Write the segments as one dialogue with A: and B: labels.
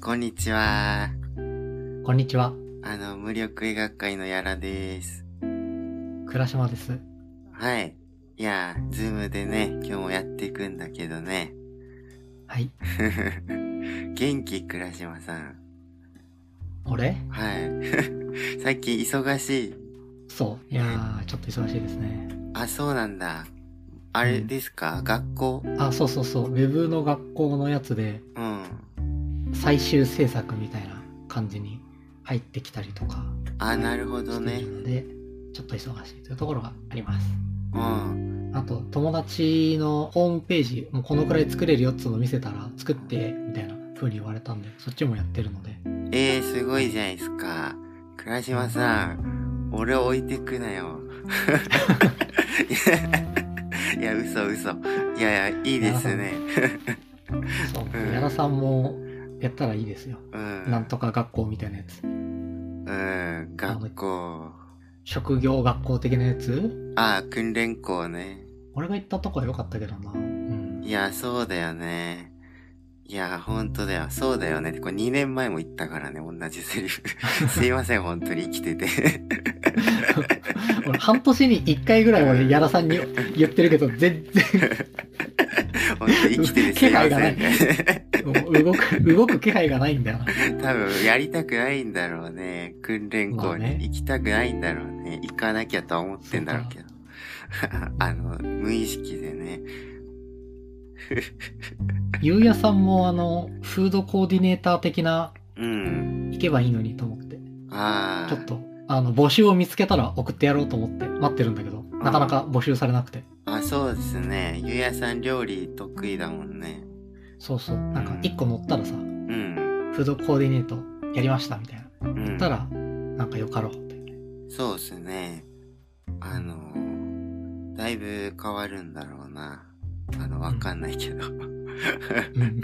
A: こんにちは。
B: こんにちは、
A: あの、無力医学会のやらです。
B: 倉島です。
A: はい。いやー、ズームでね、今日もやっていくんだけどね。
B: はい、
A: 元気、倉島さん。
B: 俺
A: はい。 最近忙しい。
B: そう。いやー、ちょっと忙しいですね。
A: あ、そうなんだ。あれですか、学校
B: あ、そうそうそう、ウェブの学校のやつで、
A: うん。
B: 最終制作みたいな感じに入ってきたりとか
A: あ、なるほど
B: してい
A: ね
B: る。ので、ちょっと忙しいというところがあります。
A: うん。
B: あと、友達のホームページ、もうこのくらい作れるよっつうの見せたら、作って、みたいな風に言われたんで、そっちもやってるの で。
A: えー、すごいじゃないですか。倉島さん、俺を置いてくな よ。いや、嘘嘘。いやいや、いいですね。
B: そう。
A: うん
B: 矢田さんも、やったらいいですよ。
A: うん。
B: なんとか学校みたいなやつ。
A: うん、学校。
B: 職業学校的なやつ
A: あ、訓練校ね。
B: 俺が行ったとこは良かったけどな。うん。
A: いや、そうだよね。いや、ほんとだよ。そうだよね。これ2年前も言ったからね、同じセリ フ。すいません、ほんとに生きてて。
B: 俺、半年に1回ぐらい俺、矢田さんに言ってるけど、全然
A: ほんと生きててすいませんね。
B: もう 動く、動く気配がないんだよな。
A: 多分、やりたくないんだろうね。訓練校に行きたくないんだろうね。行かなきゃとは思ってんだろうけど。 あの、無意識でね。
B: ゆうやさんも、あの、フードコーディネーター的な、
A: うん。
B: 行けばいいのにと思って、
A: ああ。
B: ちょっと、あの、募集を見つけたら送ってやろうと思って、待ってるんだけど、なかなか募集されなくて。
A: あ、そうですね。ゆうやさん料理得意だもんね。
B: そうそう。なんか、1個乗ったらさ、フ
A: うん。
B: ードコーディネートやりました、みたいな。
A: う
B: 言
A: ん
B: った。ら、なんかよかろうって。
A: そうですね。あのー、だいぶ変わるんだろうな。あの、わかんないけど。
B: うん。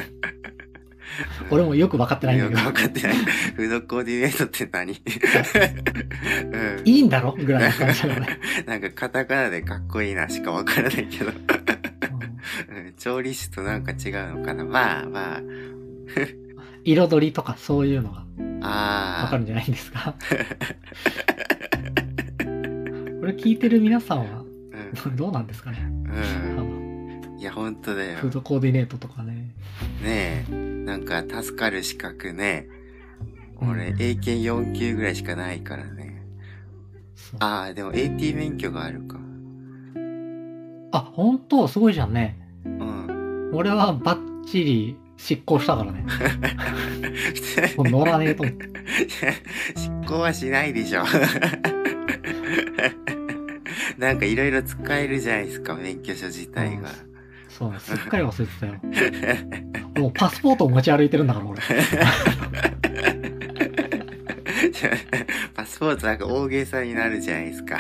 B: 俺もよく分かってないん だ
A: よ
B: け
A: く
B: ど。
A: わかってない。フードコーディネートって何 うん。
B: いいんだろぐらいの感じだよね。
A: なんかカタカナでかっこいいなしかわからないけど。
B: うん
A: うん調理師となんか違うのかな。まあまあ。
B: 彩りとかそういうのが
A: ああ。
B: わかるんじゃないんですかこれ聞いてる皆さんはどうなんですかねあ
A: うん。
B: の
A: うん。いや、ほんとだよ。
B: フードコーディネートとかね。
A: ねえ、なんか助かる資格ね。
B: うん
A: 俺、英検4級ぐらいしかないからね。
B: そう
A: ああ、でも AT 免許があるか。
B: あ、本当すごいじゃんね。
A: うん。
B: 俺はバッチリ執行したからね。もう乗らねえと思って。
A: 執行はしないでしょ。 なんかいろいろ使えるじゃないですか、免許証自体が。
B: そうね、すっかり忘れてたよ。もうパスポートを持ち歩いてるんだから俺。
A: パスポートなんか大げさになるじゃないですか。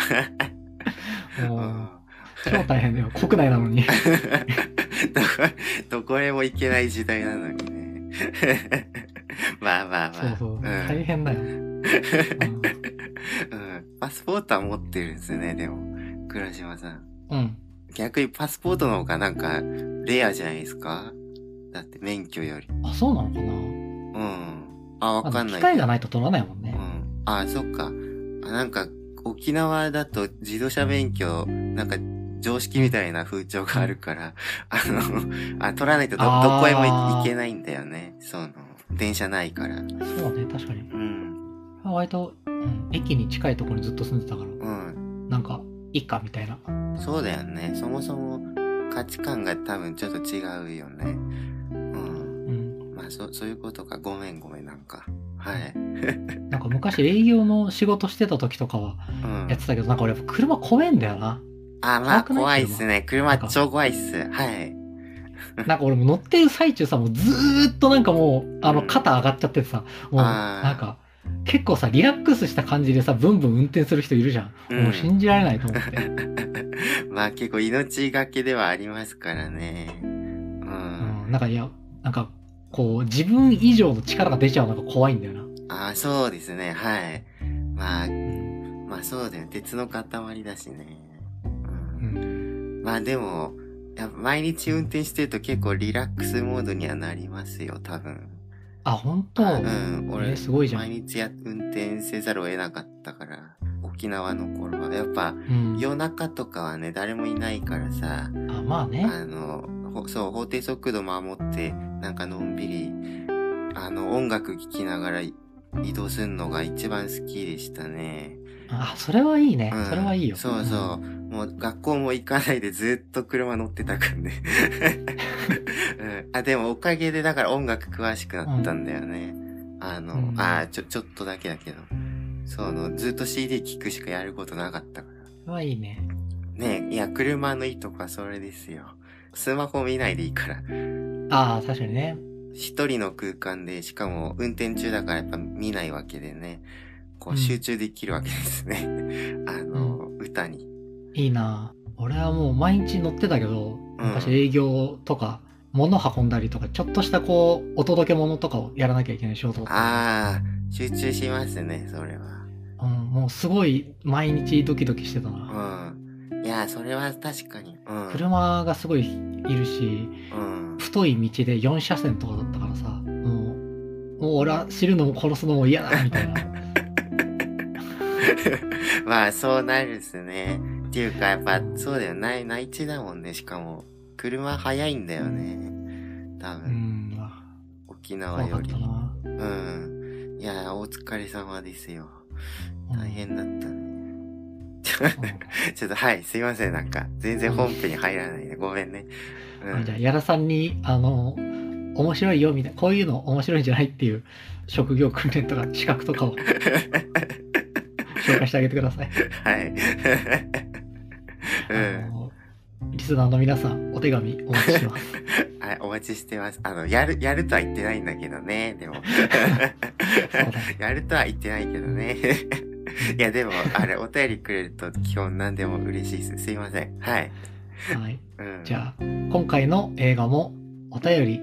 A: う
B: もうん超大変だよ。国内なの に。
A: どこ、どこへも行けない時代なのにね。 まあまあまあ。
B: そうそう。
A: ん
B: 大変だよ。うん
A: うん。パスポートは持ってるんですね、でも。倉島さん。
B: うん。
A: 逆にパスポートの方がなんか、レアじゃないですかだって免許より。
B: あ、そうなのかな
A: うん。あ、わか
B: あ
A: ん
B: の
A: ない。
B: 機械がないと取らないもんね
A: う。ん。あ、そっか。あ、なんか、沖縄だと自動車免許、なんか、常識みたいな風潮があるから、 あの、あ、取らないとど、ど
B: あ
A: こ
B: ー
A: へも行けないんだよね。その、電車ないから。
B: そうね、確かに。
A: うん。
B: 割と、うん、駅に近いところにずっと住んでたから、
A: うん。
B: なんか、いいかみたいな。
A: そうだよね。そもそも価値観が多分ちょっと違うよね。うん。
B: うん。
A: まあ、そ、そういうことか。ごめんごめん、なんか。はい。
B: なんか昔営業の仕事してた時とかは
A: うん
B: やっ。てたけど、なんか俺やっぱ車怖えんだよな。
A: あ、まあ、
B: 怖くない
A: 怖いっすね。車
B: なんか
A: 超怖いっす。はい。
B: なんか俺も乗ってる最中さ、もうずーっとなんかもう、あ
A: う
B: の
A: ん
B: 肩上がっちゃっててさ、もう
A: あー
B: なんか、結構さ、リラックスした感じでさ、ブンブン運転する人いるじゃん。
A: うん
B: もう信じられないと思って。
A: まあ結構命がけではありますからね。うん。
B: うん、なんかいや、なんか、こう、自分以上の力が出ちゃうのが怖いんだよな。
A: ああ、そうですね。はい。まあ、
B: うん。
A: まあそうだよ。鉄の塊だしね。
B: う
A: うん
B: ん、
A: まあでも、やっぱ毎日運転してると結構リラックスモードにはなりますよ、多分。
B: あ、本当
A: うん、
B: え
A: 俺
B: ー、すごいじゃ
A: 毎
B: ん。
A: 日や運転せざるを得なかったから、沖縄の頃は。やっぱ、
B: うん。
A: 夜中とかはね、誰もいないからさ、
B: あ、まあね。
A: あの、ほそう、法定速度守って、なんかのんびり、あの、音楽聴きながらい移動するのが一番好きでしたね。
B: あ、それはいいね
A: うん。
B: それはいいよ。
A: そうそう。もう学校も行かないでずっと車乗ってたからね。 うん、あ、でもおかげでだから音楽詳しくなったんだよね。あの、
B: うん
A: あちょ、ちょっとだけだけど。そうの、ずっと CD 聴くしかやることなかったから。
B: うん。それはいいね。
A: ねえ、いや、車のいいとこはそれですよ。スマホ見ないでいいから。
B: ああ、確かにね。
A: 一人の空間で、しかも運転中だからやっぱ見ないわけでね。こ
B: う
A: うん集中できるわけですね。 あの、歌に。
B: いいな俺はもう毎日乗ってたけど、昔
A: うん
B: 営業とか、物運んだりとか、ちょっとしたこう、お届け物とかをやらなきゃいけない仕事とか。
A: ああ、集中しますね、それは。
B: うん、もうすごい毎日ドキドキしてたな。
A: うん。いや、それは確かに。うん。
B: 車がすごいいるし、
A: うん。
B: 太い道で4車線とかだったからさ、もう、もう俺は知るのも殺すのも嫌だみたいな。
A: まあ、そうなるっすね。っていうか、やっぱ、そうだよ。ない、内地だもんね、しかも。車早いんだよね。多
B: う
A: 分、
B: ん、ま
A: 沖
B: あ
A: 縄
B: 怖か
A: よ
B: っ
A: り
B: た。な。
A: うん。いや、お疲れ様ですよ。
B: うん
A: 大変だったね。ちょっと、はい、すいません、なんか、全然本編に入らないで、ごめんね。う
B: うんじゃあ、
A: ん。
B: 矢田さんに、あの、面白いよみたいな、こういうの面白いんじゃないっていう職業訓練とか資格 とかを紹介してあげてください。
A: はい。うん
B: あ。のリスナーの皆さん、お手紙お待ちしてます。
A: はい、お待ちしてます。あの、やる、やるとは言ってないんだけどね、 でも。やるとは言ってないけどね。いや、でも、あれ、お便りくれると基本何でも嬉しいです。すいません。はい。
B: はい。
A: うん。
B: じ
A: あ、
B: ゃあ、今回の映画もお便り
A: う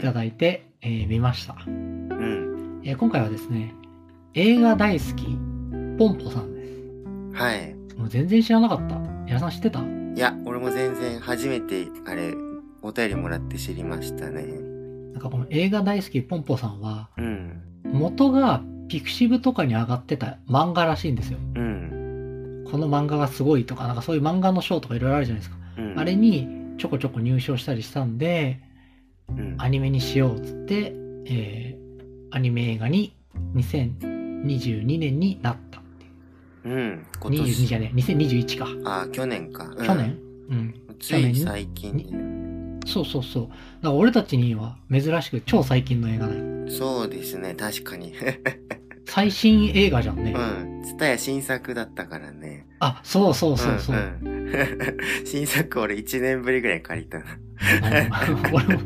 B: いた
A: ん。
B: だいて、えー見ました。
A: うん。
B: えー今回はですね、映画大好き、ポンポさんです。
A: はい。
B: もう全然知らなかった。矢田さん知ってた
A: いや、俺も全然初めて、あれ、お便りもらって知りましたね。
B: なんかこの映画大好きポンポさんは、
A: うん。
B: 元がピクシブとかに上がってた漫画らしいんですよ。
A: うん。
B: この漫画がすごいとか、なんかそういう漫画の賞とかいろいろあるじゃないですか。
A: うん。
B: あれにちょこちょこ入賞したりしたんで、
A: うん。
B: アニメにしようっつって、えーアニメ映画に2022年になった。
A: うん。今
B: 22じ
A: 年。
B: ゃねえ、2021か。
A: あ、去年か。うん
B: 去年うん。
A: つい最近
B: 去そうそうそう。だから俺たちには珍しく超最近の映画だよ。
A: ねそうですね、確かに。
B: 最新映画じゃんね。
A: うん。ツタヤ新作だったからね。
B: あ、そうそうそうそう。
A: んうん、 新作俺1年ぶりぐらい借りたな。
B: あの 俺も、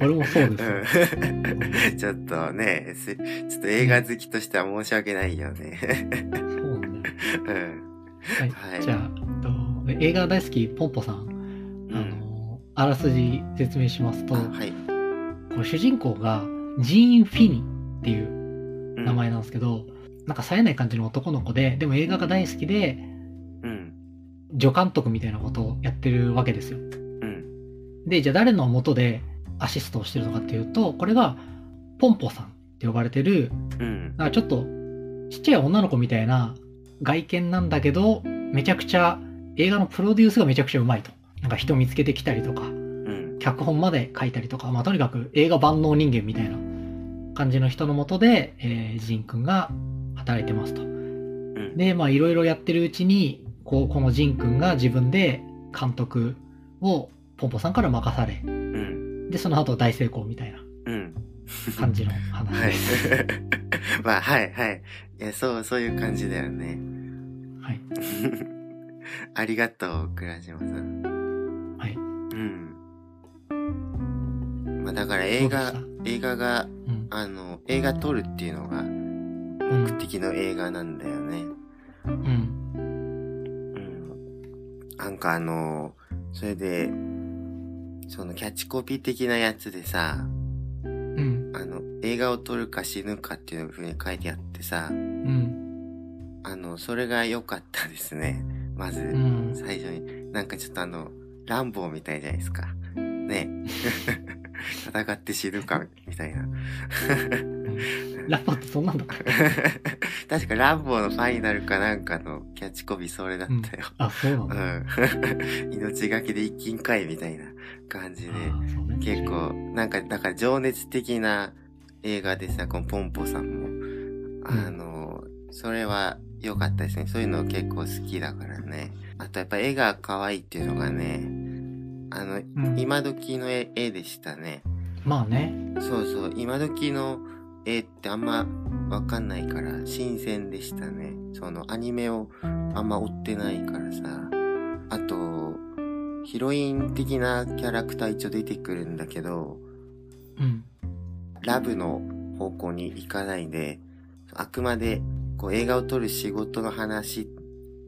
B: 俺もそうですよ。
A: うん。 ちょっとね、すちょっと映画好きとしては申し訳ないよね。
B: そうなんだよ。
A: うん。
B: はい。
A: はい
B: じゃあ、えっと映画大好きポンポさん、
A: う
B: あ
A: ん。
B: の、あらすじ説明しますと、
A: あはい。
B: こう主人公がジーン・フィニっていう
A: うん
B: 名前。なんですけど、なんか冴えない感じの男の子で、でも映画が大好きで、
A: うん。
B: 助監督みたいなことをやってるわけですよ。
A: うん。
B: で、じゃあ誰の元でアシストをしてるのかっていうと、これがポンポさんって呼ばれてる、
A: うん。
B: なんかちょっとちっちゃい女の子みたいな外見なんだけど、めちゃくちゃ映画のプロデュースがめちゃくちゃうまいと。なんか人見つけてきたりとか、
A: うん。
B: 脚本まで書いたりとか、まあ、とにかく映画万能人間みたいな感じの人のもとで、えー、ジンくんが働いてますと。
A: うん。
B: で、まあ、いろいろやってるうちに、こう、このジンくんが自分で監督をポンポさんから任され、
A: うん。
B: で、その後大成功みたいな
A: うん。
B: 感じの 話
A: はい
B: です。。
A: まあ、はい、はい。いや、そう、そういう感じだよね。
B: はい。
A: ありがとう、倉島さん。
B: はい
A: うん。まあ、だから映画
B: どう、
A: 映画が、
B: うん。
A: あの、映画撮るっていうのが
B: うん
A: 目的の映画なんだよね。
B: うん。
A: うん。なんかあの、それで、そのキャッチコピー的なやつでさ、
B: うん。
A: あの、映画を撮るか死ぬかっていう風に書いてあってさ、
B: うん。
A: あの、それが良かったですね。まず、
B: うん
A: 最初に。なんかちょっとあの、乱暴みたいじゃないですか。ね。 戦って死ぬか、みたいな。
B: ラボってそんなんだったっけ
A: 確かランボーのファイナルかなんかのキャッチコピーそれだったよ。
B: あ、そうなん
A: う
B: だ。
A: ん。 命がけで一金かいみたいな感じで。
B: あそうね
A: 結構、なんか、だから情熱的な映画でさ、このポンポさんも。あの、それは良かったですね。そういうの結構好きだからね。あとやっぱ絵が可愛いっていうのがね、あの、
B: うん
A: 今時の絵絵でしたね。
B: まあね、
A: そうそう、今時の絵ってあんまわかんないから、新鮮でしたね。そのアニメをあんま追ってないからさ。あと、ヒロイン的なキャラクター一応出てくるんだけど、
B: うん。
A: ラブの方向に行かないで、あくまでこう映画を撮る仕事の話っ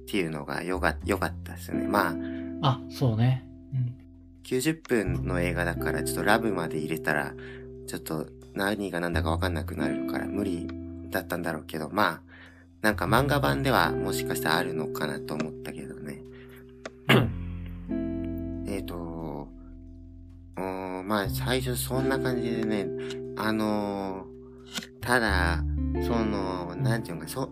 A: ていうのがよが良かったですね。まあ、
B: あ、そうね。うん
A: 90分の映画だから、ちょっとラブまで入れたら、ちょっと何が何だか分かんなくなるから無理だったんだろうけど、まあ、なんか漫画版ではもしかしたらあるのかなと思ったけどね。えっ、と、うーん、まあ最初そんな感じでね、あのーただ、その、なんていうのか、そ、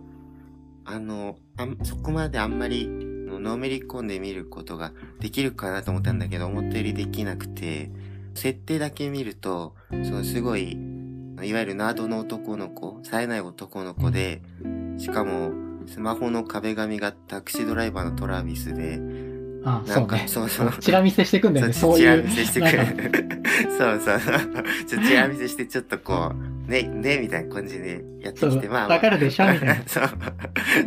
A: あの、あんそこまであんまり、ののめり込んで見ることができるかなと思ったんだけど、思ったよりできなくて、設定だけ見ると、そのすごい、いわゆるナードの男の子、冴えない男の子で、しかも、スマホの壁紙がタクシードライバーのトラビスで、
B: あ、
A: な
B: そ
A: ん
B: う
A: か、
B: ね。
A: そうそう。
B: チラ見せしてくんだよね、そう
A: ち
B: い
A: ら
B: う。
A: 見せして
B: なん
A: く
B: か
A: る。 そうそうそう。ちょっとちら見せして、ちょっとこう、ね、 ね、みたいな感じでやって
B: そ
A: き
B: う
A: て、まあ、ま
B: わ
A: あ。
B: か、るでしょみたいな
A: そう。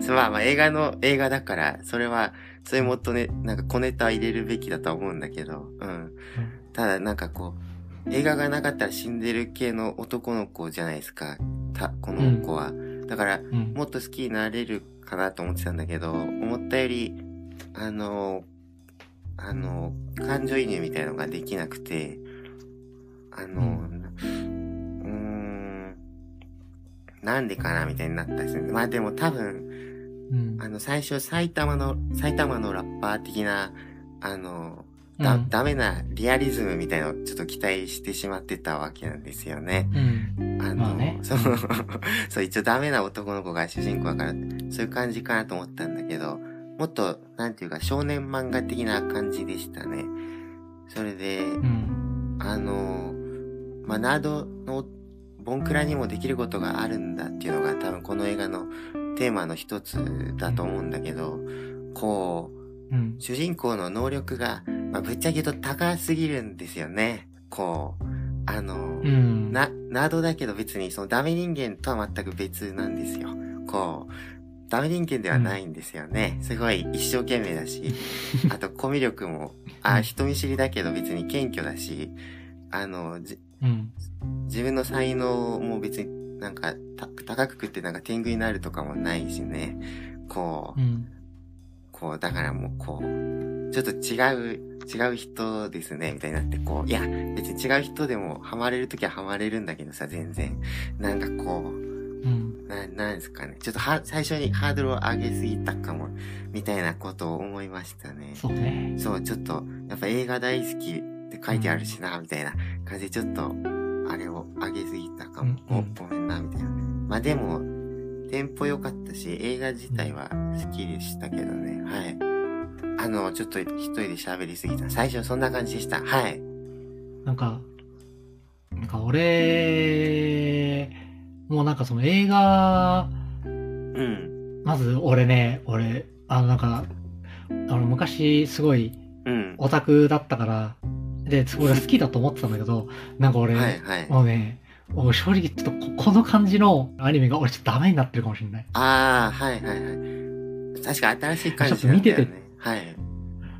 A: そうまあまあ、映画の、映画だから、それは、それもっとね、なんか小ネタ入れるべきだとは思うんだけど、うん。ただ、なんかこう、映画がなかったら死んでる系の男の子じゃないですか。た、この子は。だから、
B: うん
A: もっと好きになれるかなと思ってたんだけど、思ったより、あの、あの、感情移入みたいのができなくて、あの、うーん、なんでかなみたいになったんですね。まあでも多分、
B: うん
A: あの、最初埼玉の、埼玉のラッパー的な、あの、
B: うん
A: だ、ダメなリアリズムみたいのをちょっと期待してしまってたわけなんですよね。
B: うん。
A: あの、
B: まあね
A: そう、 そう、一応ダメな男の子が主人公だから、そういう感じかなと思ったんだけど、もっと、なんていうか、少年漫画的な感じでしたね。それで、
B: うん。
A: あの、まあ、ナードの、ボンクラにもできることがあるんだっていうのが多分この映画のテーマの一つだと思うんだけど、こう、
B: うん。
A: 主人公の能力が、まあ、ぶっちゃけ言うと高すぎるんですよね。こう、あの、
B: うん。
A: な、などだけど別にそのダメ人間とは全く別なんですよ。こう、ダメ人間ではないんですよね。すごい一生懸命だし、あとコミュ力も、あ、人見知りだけど別に謙虚だし、あの、じ
B: うん。
A: 自分の才能も別になんかた高く食ってなんか天狗になるとかもないしね。こう
B: う、ん。
A: こう、だからもうこう、ちょっと違う、違う人ですね、みたいになって、こう、いや、別に違う人でもハマれるときはハマれるんだけどさ、全然。なんかこう、
B: うん。
A: な、なんですかね。ちょっとは、最初にハードルを上げすぎたかも、みたいなことを思いましたね。
B: そうね。
A: そう、ちょっと、やっぱ映画大好きって書いてあるしな、みたいな感じで、ちょっと、あれを上げすぎたかも。
B: うん
A: おごめんな、みたいな。まあでも、テンポ良かったし、映画自体は好きでしたけどね。はい。あの、ちょっと一人で喋りすぎた。最初そんな感じでした。はい。
B: なんか、なんか俺、もうなんかその映画、
A: うん。
B: まず俺ね、俺、あのなんか、あの昔すごい
A: うん。
B: オタクだったから、で、俺好きだと思ってたんだけ ど、なんか俺、
A: はい、はい。
B: もうね、もう正直ちょっとここの感じのアニメが俺ちょっとダメになってるかもしれない。
A: ああ、はい、はい、はい。確か新しい感じなんだよ
B: ち
A: ね
B: ょっと見。
A: はい。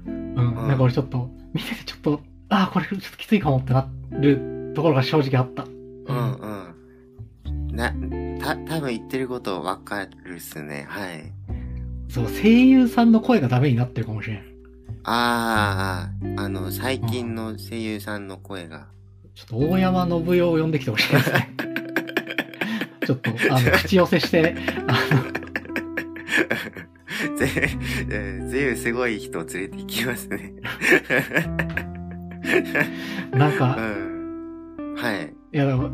B: うん。
A: ん
B: なんか俺ちょっと、見ててちょっと、ああ、これちょっときついかもってなるところが正直あった。
A: うん、うん。な、た、多分言ってることわかるっすね。はい。
B: そう、声優さんの声がダメになってるかもしれん。
A: ああ、あの、最近の声優さんの声 が。
B: ちょっと大山信代を呼んできてほしいですね。 ちょっと、あの、口寄せして、
A: ぜ、えーずいぶんすごい人を連れて行きますね。
B: なん
A: う
B: か、
A: ん。
B: いや、でも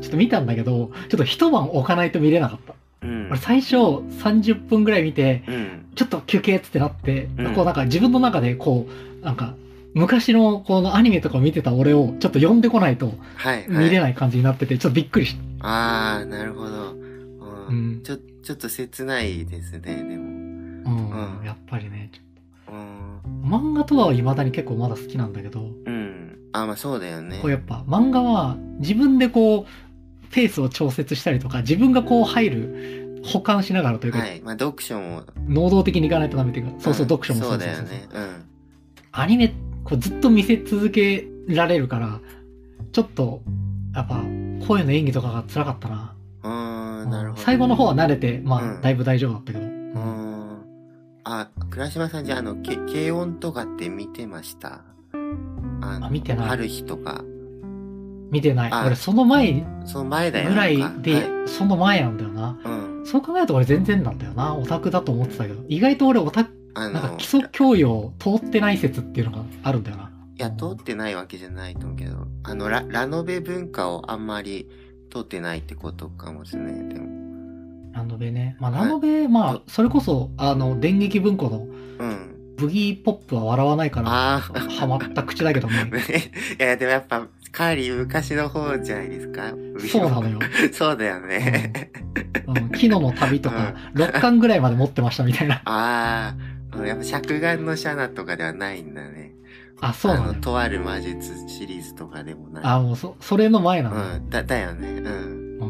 B: ちょっと見たんだけど、ちょっと一晩置かないと見れなかった。
A: うん
B: 俺。最初30分ぐらい見て、
A: うん。
B: ちょっと休憩っつってなって、
A: うん
B: こうなんか自分の中でこう、なんか、昔のこのアニメとかを見てた俺をちょっと呼んでこないと
A: はい、はい。
B: 見れない感じになってて、ちょっとびっくりした。
A: ああ、なるほど。う。
B: うんん。
A: ちょ、ちょっと切ないですね、でも。
B: うん
A: う。ん
B: やっぱりね、ちょ
A: うん。
B: 漫画とかは未だに結構まだ好きなんだけど、
A: うん。あ、まあそうだよね
B: こう。やっぱ漫画は自分でこう、ペースを調節したりとか、自分がこう入る、保管しながらというか、
A: はい。まあ読書も。
B: 能動的にいかないとダメっていうか、そうそう、
A: ん
B: 読書も
A: そうだ
B: う
A: よ
B: うう
A: ね。うん。
B: アニメ、こうずっと見せ続けられるから、ちょっと、やっぱ、声の演技とかが辛かったな。
A: あー、なるほど。
B: 最後の方は慣れて、まあ、
A: うん
B: だいぶ大丈夫だったけど。
A: うーん。あ、倉島さんじゃあ、あの、け軽音とかって見てましたあ
B: あ見てない
A: 春日とか。
B: 見てない。
A: あ
B: 俺、その前ぐ
A: その前だよね。
B: らい
A: なんか
B: で、
A: はい
B: その前なんだよな。
A: うん。
B: そう考えると俺全然なんだよな。オタクだと思ってたけど。意外と俺オタク、
A: あ
B: なんか
A: の、
B: 基礎教養通ってない説っていうのがあるんだよな。
A: いや、通ってないわけじゃないと思うけど、あの、ララノベ文化をあんまり通ってないってことかもしれない。でも、
B: ラノベね。まあ、
A: はい
B: ラノベ、まあ、それこそ、あの、電撃文庫の
A: うん。
B: ブギーポップは笑わないから、
A: ああ。
B: ハマった口だけどね。
A: いや、でもやっぱ、かなり昔の方じゃないですか。
B: そうなの よ。
A: そうだよね。。
B: うん、昨日の旅とか、6巻ぐらいまで持ってましたみたいな
A: ああ、うんやっぱ着眼のシャナとかではないんだね。
B: あ、そうな
A: あ
B: の
A: の、
B: よ。
A: とある魔術シリーズとかでもない。
B: あ、もうそ、それの前なのよ。
A: うん、だ、だよね。うん。
B: う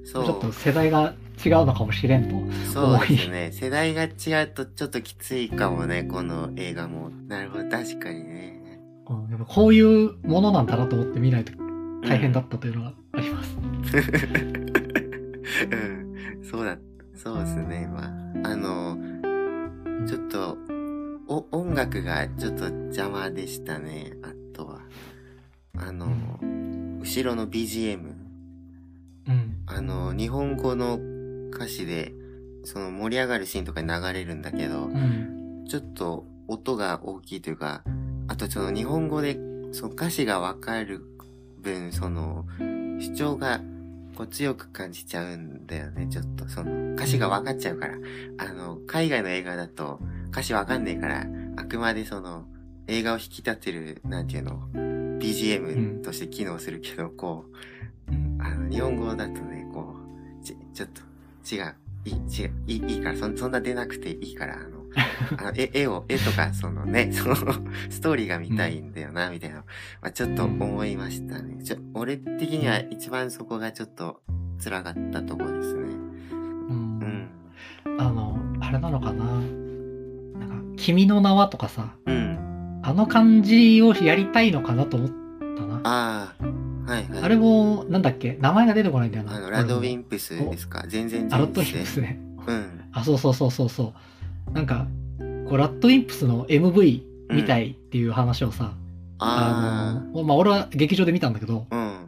B: ん。ち
A: そ
B: ょっと
A: う。
B: 世代が違うのかもしれんと。
A: そうですね。世代が違うとちょっときついかもね、この映画も。なるほど、確かにね。
B: うん、やっぱこういうものなんだなと思って見ないと大変だ
A: っ
B: ったというのがあります。
A: た。うん。そうだ、そうですね。まあ、あの、ちょっと、お、音楽がちょっと邪魔でしたね。あとは。あの、後ろの BGM。
B: うん。
A: あの、日本語の歌詞で、その盛り上がるシーンとかに流れるんだけど
B: う、ん。
A: ちょっと音が大きいというか、あとその日本語で、その歌詞がわかる分、その、主張が、こう強く感じちゃうんだよね、ちょっと。その、歌詞がわかっちゃうから。あの、海外の映画だと、歌詞わかんねえから、あくまでその、映画を引き立てる、なんていうの、BGM として機能するけど、こう、
B: うん
A: あの、日本語だとね、こう、ち、ちょっと、違う。いい、違う。いい、いいから、そんそんな出なくていいから、あ の、あの絵、絵を、絵とか、そのね、 その、ストーリーが見たいんだよな、みたいな。まあ、ちょっと思いましたね。ちょ、俺的には一番そこがちょっと辛かったとこですね。
B: うん
A: うん。
B: あの、あれなのかな。なんか、君の名はとかさ、
A: うん。
B: あの感じをやりたいのかなと思ったな。
A: ああ、はいはい。
B: あれも、なんだっけ名前が出てこないんだよな。
A: あの、ラドウィンプスですか全然
B: あ、ラッ
A: 全
B: ドウィンプス
A: 然。
B: ね。
A: うん。
B: あ、そうそうそうそうそう。なんか、こう、ラッドウィンプスの MV みたいっていう話をさ、あ
A: あ
B: の、まあ、俺は劇場で見たんだけど、
A: あ、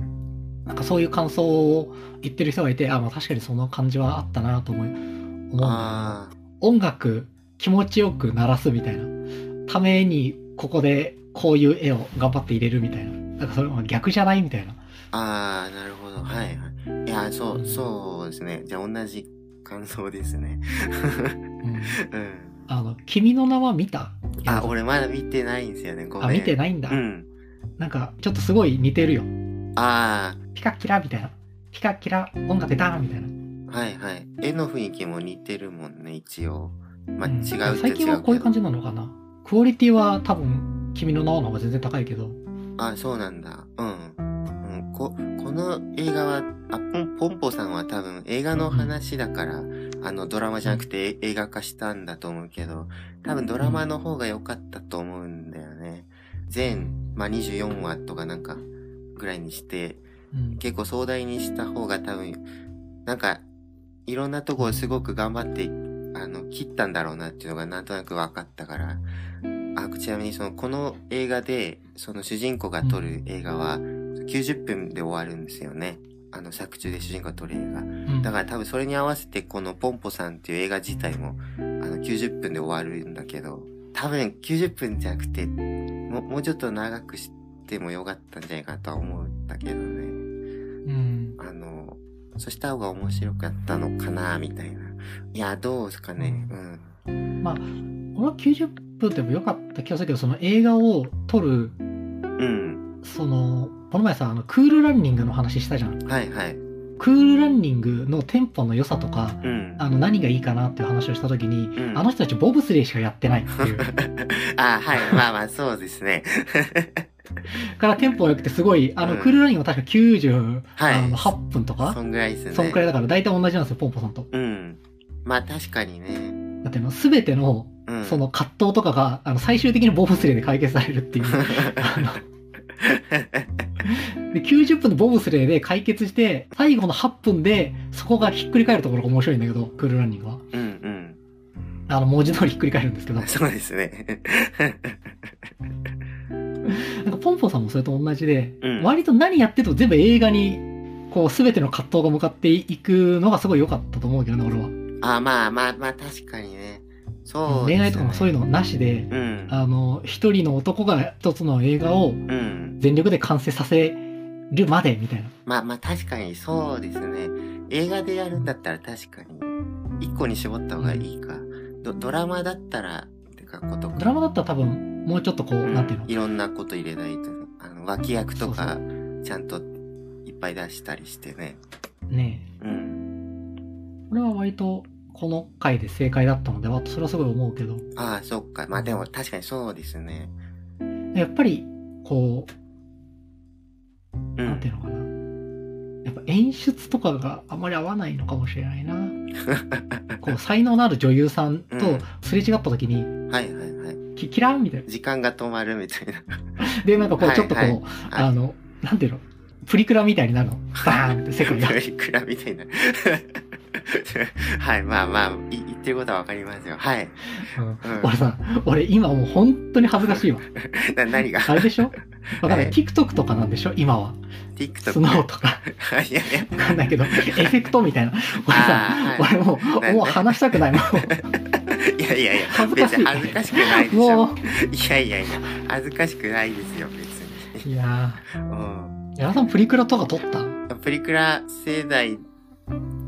A: うん。
B: なんかそういう感想を言ってる人がいて、あ、まあ確かにその感じはあったなと思い、思うんだけど、
A: ああ、
B: 音楽気持ちよく鳴らすみたいな、ためにここでこういう絵を頑張って入れるみたいな、なんかそれは逆じゃないみたいな。
A: ああ、なるほど。はいはい。いや、そう、そうですね。じゃあ、同じ感想ですね。
B: うん、
A: うん。
B: あの、君の名は見た
A: あ、、俺まだ見てないんですよね。ごめん。
B: あ、見て
A: な
B: ないんだ。
A: うん。
B: なんか、ちょっとすごい似てるよ。
A: あ
B: ピカキラみたいな。ピカキラ、音楽出たみたいな。
A: あ、はいはい。絵の雰囲気も似てるもんね、一応。まあ、
B: うん
A: 違うっちゃ違うけど。
B: 最近はこういう感じなのかな。クオリティは多分、君の名はの方が全然高いけど。
A: あ、そうなんだ。うん。うん、こ、この映画は、あ、ポン、ポンポさんは多分映画の話だから、あの、ドラマじゃなくて映画化したんだと思うけど、多分ドラマの方が良かったと思うんだよね。全、まあ、24話とかなんか、ぐらいにして、
B: うん。
A: 結構壮大にした方が多分、なんか、いろんなとこをすごく頑張って、あの、切ったんだろうなっていうのがなんとなく分かったから。あ、ちなみにその、この映画で、その主人公が撮る映画は、90分で終わるんですよね。あの、作中で主人公が撮る映画。だから多分それに合わせてこのポンポさんっていう映画自体もあの90分で終わるんだけど、多分90分じゃなくて、もうもうちょっと長くして、てもよかったんじゃないかとは思うんだけどね。
B: うん。
A: あの、そうした方が面白かったのかな、みたいな。いや、どうですかね。うん。
B: 俺は90分でもよかった気がするけど、その映画を撮る、
A: うん。
B: その、この前さ、あの、クールランニングの話したじゃん。
A: はいはい。
B: クールランニングのテンポの良さとか、
A: うん。
B: あの、何がいいかなっていう話をした時に、
A: うん
B: あの人たちボブスレーしかやってない っていう。
A: あ、はい。 まあまあ、そうですね。
B: からテンポが良くてすごい、あの、
A: うん
B: クールランニングは確か98、
A: はい
B: あの8分と
A: そ
B: か、
A: んぐらいですね。
B: そんくらいだから大体同じなんですよ、ポンポさんと。
A: うん。まあ確かにね。
B: だってあの、すべての、
A: うん。
B: その葛藤とかが、あの、最終的にボブスレーで解決されるっていう。あので90分のボブスレーで解決して、最後の8分で、そこがひっくり返るところが面白いんだけど、クールランニングは。
A: うん
B: あの、文字通りひっくり返るんですけ
A: う
B: ど
A: ん。、そうですね。
B: なんかポンポさんもそれと同じで、
A: うん
B: 割と何やってても全部映画に、こう、すべての葛藤が向かっていくのがすごい良かったと思うけどね、俺は。
A: あ、まあまあまあ確かにね。そう、
B: 恋愛とかもそういう
A: の。
B: のなしで、
A: うん。
B: あの、一人の男が一つの映画を
A: うん。
B: 全力で完成させるまでみたいな。
A: まあまあ確かにそうですね。映画でやるんだったら確かに。一個に絞った方がいいか。ドドラマだったら、ってかことか。
B: ドラマだったら多分、もうちょっとこう、
A: うん
B: なんていうの
A: いろんなこと入れないと。あの、脇役と
B: そ
A: か
B: う、
A: ちゃんといっぱい出したりしてね。
B: ね
A: うん。
B: え。これは割と、この回で正解だったので、わそれはすごい思うけど、
A: ああ、そっか。まあでも確かにそうですね。
B: やっぱり、こ
A: う
B: う、なん
A: ん
B: てい。うのかな。やっぱ演出とかがあんまり合わないのかもしれないな。こう、才能のある女優さん
A: うん
B: とすれ違った時に、
A: はいはいはい。
B: きキラーンみたいな。
A: 時間が止まるみたいな。
B: で、なんかこう、ちょっとこう、
A: はいはい
B: あの、なんていうのプリクラみたいになるの。バーンって世界が。
A: プリクラみたいな。 はい、まあまあ、い言ってることはわかりますよ。はい。
B: うん
A: うん
B: 俺さ、俺今もう本当に恥ずかしいわ。
A: な何 が
B: あれでしょわかんな
A: え
B: い。TikTok とかなんでしょ今は。ス
A: ?TikTok?
B: ノーとか。
A: はいいやいや。
B: わかんな いけど、エフェクトみたいな。俺さ、
A: あーはい
B: 俺も
A: ね
B: う、もう話したく ないもん。
A: いやいやいや、
B: 恥ずかしい
A: 別に恥ずかしくないでし
B: も
A: ょ。いやいやいや、恥ずかしくないですよ、別に。
B: う、いや
A: うん。
B: ー。矢田さんプリクラとか撮った
A: プリクラ世代、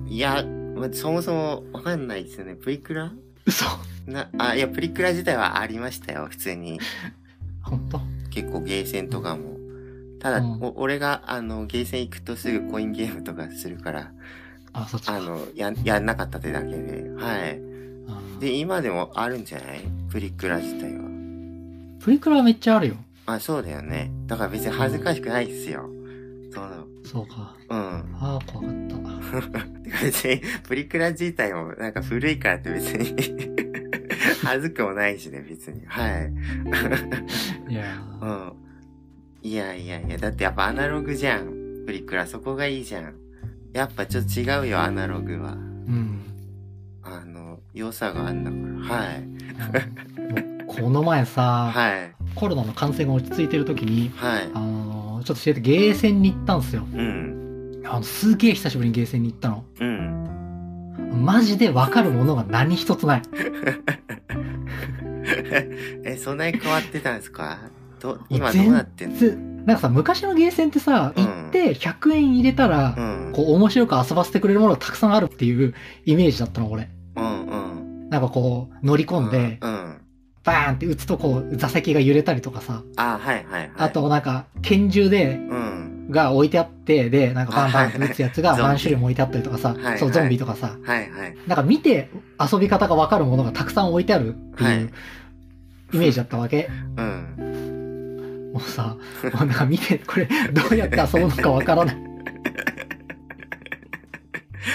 A: いや、まそもそもわかんないですよね。プリクラ
B: 嘘。
A: な、あ、いや、プリクラ自体はありましたよ、普通に。
B: 本当
A: 結構ゲーセンとかも。ただ、
B: うん
A: お俺が、あの、ゲーセン行くとすぐコインゲームとかするから、
B: あ、そっちか。
A: あの、や、やんなかったってだけで。はい。
B: あー
A: で、今でもあるんじゃないプリクラ自体は。
B: プリクラめっちゃあるよ。
A: あ、そうだよね。だから別に恥ずかしくないですよ。そう
B: そうか。
A: だ。うん。
B: ああ、怖かった。
A: 別に、 プリクラ自体もなんか古いからって別に、 恥ずくもないしね、別に。はい。
B: いや
A: う
B: ー
A: ん。いやいやいや、だってやっぱアナログじゃん。プリクラ、そこがいいじゃん。やっぱちょっと違うよ、アナログは。
B: うん。
A: あの、良さがあんだから。はい。
B: うんもうこの前さ、
A: はい。
B: コロナの感染が落ち着いてる時に、
A: はい
B: あ。のーちょっと知り合ってゲーセンに行ったんですよ。
A: うん。
B: あの、すげえ久しぶりにゲーセンに行ったの。
A: うん。
B: マジでわかるものが何一つない。
A: え、そんなに変わってたんですかど、
B: も
A: 今どうなってんの
B: 全然なんかさ、昔のゲーセンってさ、
A: うん
B: 行って100円入れた
A: う
B: ら、
A: ん。
B: こう面白く遊ばせてくれるものがたくさんあるっていうイメージだったの、俺。
A: うんうん。
B: なんかこう、乗り込んで、
A: うん。
B: バーンって打つとこう、座席が揺れたりとかさ、
A: あ、はいはいはい。
B: あ、となんか、拳銃で、
A: うん。
B: が置いてあって、で、なんかバンバンって打つやつ
A: あ
B: が
A: はいはい
B: 何種類も置いてあったりとかさ
A: ゾンビはいは、い
B: そう、ゾンビとかさ、
A: はいはい。
B: なんか見て遊び方がわかるものがたくさん置いてあるって
A: はいいう
B: イメージだったわけ。
A: うん。
B: もうさ、もうなんか見て、これどうやって遊ぶのかわからない。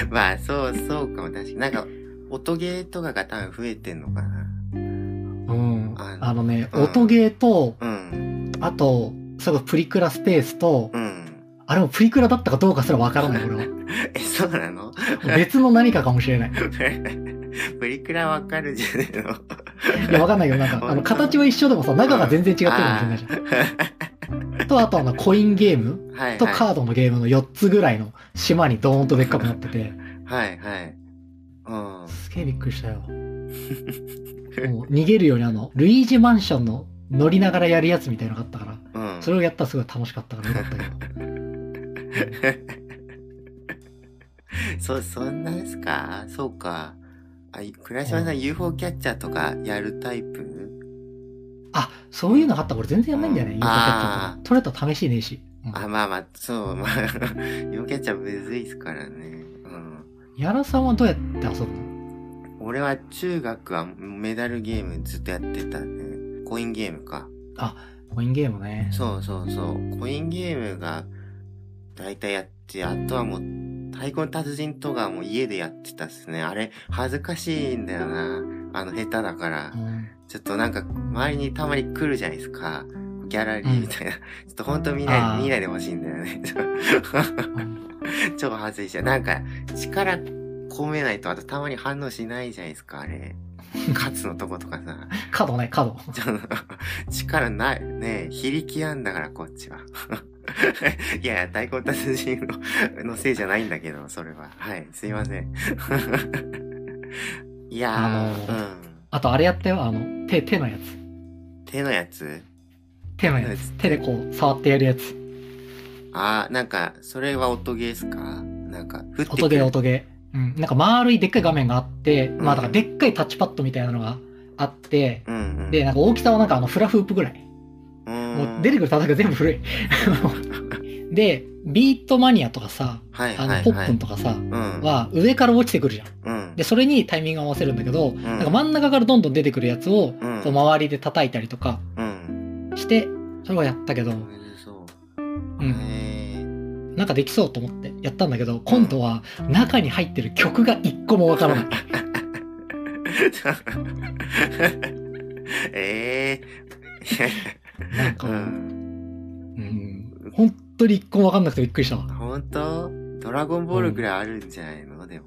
A: まあ、そう、そうかも。確かに。なんか、音ゲーとかが多分増えてんのかな。
B: うん。
A: あの
B: あのね、
A: うん
B: 音ゲーと、
A: うん。
B: あと、それこそプリクラスペースと、
A: うん。
B: あれもプリクラだったかどうかすらわからない、俺は。
A: え、そうなの
B: 別の何かかもしれない。
A: プリクラわかるじゃねえの。
B: いや、わかんないけど、なんか、あの、形は一緒でもさ、中が全然違ってるかもしれないじ ゃん。と、あとあの、コインゲーム
A: ゃん。はい、
B: と
A: は
B: カードのゲームの4つぐらいの島にドーンとでっかくなってて、
A: い。はい、はい。うん。
B: すげえびっくりしたよ。もう逃げるようにあの、ルイージマンションの乗りながらやるやつみたいなのがあったから、
A: うん。
B: それをやったらすごい楽しかったからよかったけど。
A: そ、そんなんすかそうか。あ、い倉島さん UFO キャッチャーとかやるタイプ
B: あ、そういうのがあったら俺全然やんないんだよね、
A: うん
B: UFO キャッチャー
A: あ
B: とか。取れたら試しねえし。うん
A: あ、まあまあ、そう、まあ、UFO キャッチャーむずいっすからね。うん。
B: 矢野さんはどうやって遊ぶの
A: 俺は中学はメダルゲームずっとやってたね。コインゲームか。
B: コインゲームね。
A: そうそうそう。コインゲームが大体やって、あとはもう、太鼓の達人とかもう家でやってたっすね。あれ、恥ずかしいんだよな。あの、下手だから
B: う。ん
A: ちょっとなんか、周りにたまに来るじゃないですか。ギャラリーみたいな。ちょっとほんと見な
B: あー
A: い、見ないでほしいんだよね。
B: うん
A: 超恥ずいじゃん。なんか、力込めないと、あとたまに反応しないじゃないですか、あ れ。勝つのとことかさ。
B: 角ね、角。
A: ちょっと力ない、ねえ、非力あんだから、こっちは。 いやいや、太鼓達人ののせいじゃないんだけど、それは。はい、すいません。 いやー、
B: あのーあとあれやったよ、あの、手、手のやつ。
A: うん。手のやつ
B: 手のやつ。手でこう、触ってやるやつ。
A: あー、なんか、それは音ゲーですかなんか、降ってくる
B: 音ゲー、音ゲー。うん。なんか丸いでっかい画面があって、まあだか
A: う
B: ら
A: ん
B: でっかいタッチパッドみたいなのがあって、
A: うんうん。
B: で、なんか大きさはなんかあの、フラフープぐらい。
A: うーん、
B: もう出てくる叩きが全 部古い。で、ビートマニアとかさ、
A: はいは
B: あ
A: いは
B: の、
A: い。
B: ポップンとかさ、
A: うん、
B: は上から落ちてくるじゃん。
A: うん、
B: で、それにタイミングを合わせるんだけど、
A: ん
B: なんか真ん中からどんどん出てくるやつ
A: うん
B: を、こう周りで叩いたりとか
A: うん。
B: して、それはやったけど、う
A: むずそう。
B: ん。
A: えー
B: なんかできそうと思ってやったんだけど、今度は中に入ってる曲が一個も わからない。
A: え
B: なん
A: ー、
B: か、
A: う。
B: うんん、本当に一個もわかんなくてびっくりしたわ。
A: 本当ドラゴンボールぐらいあるんじゃないの、でも。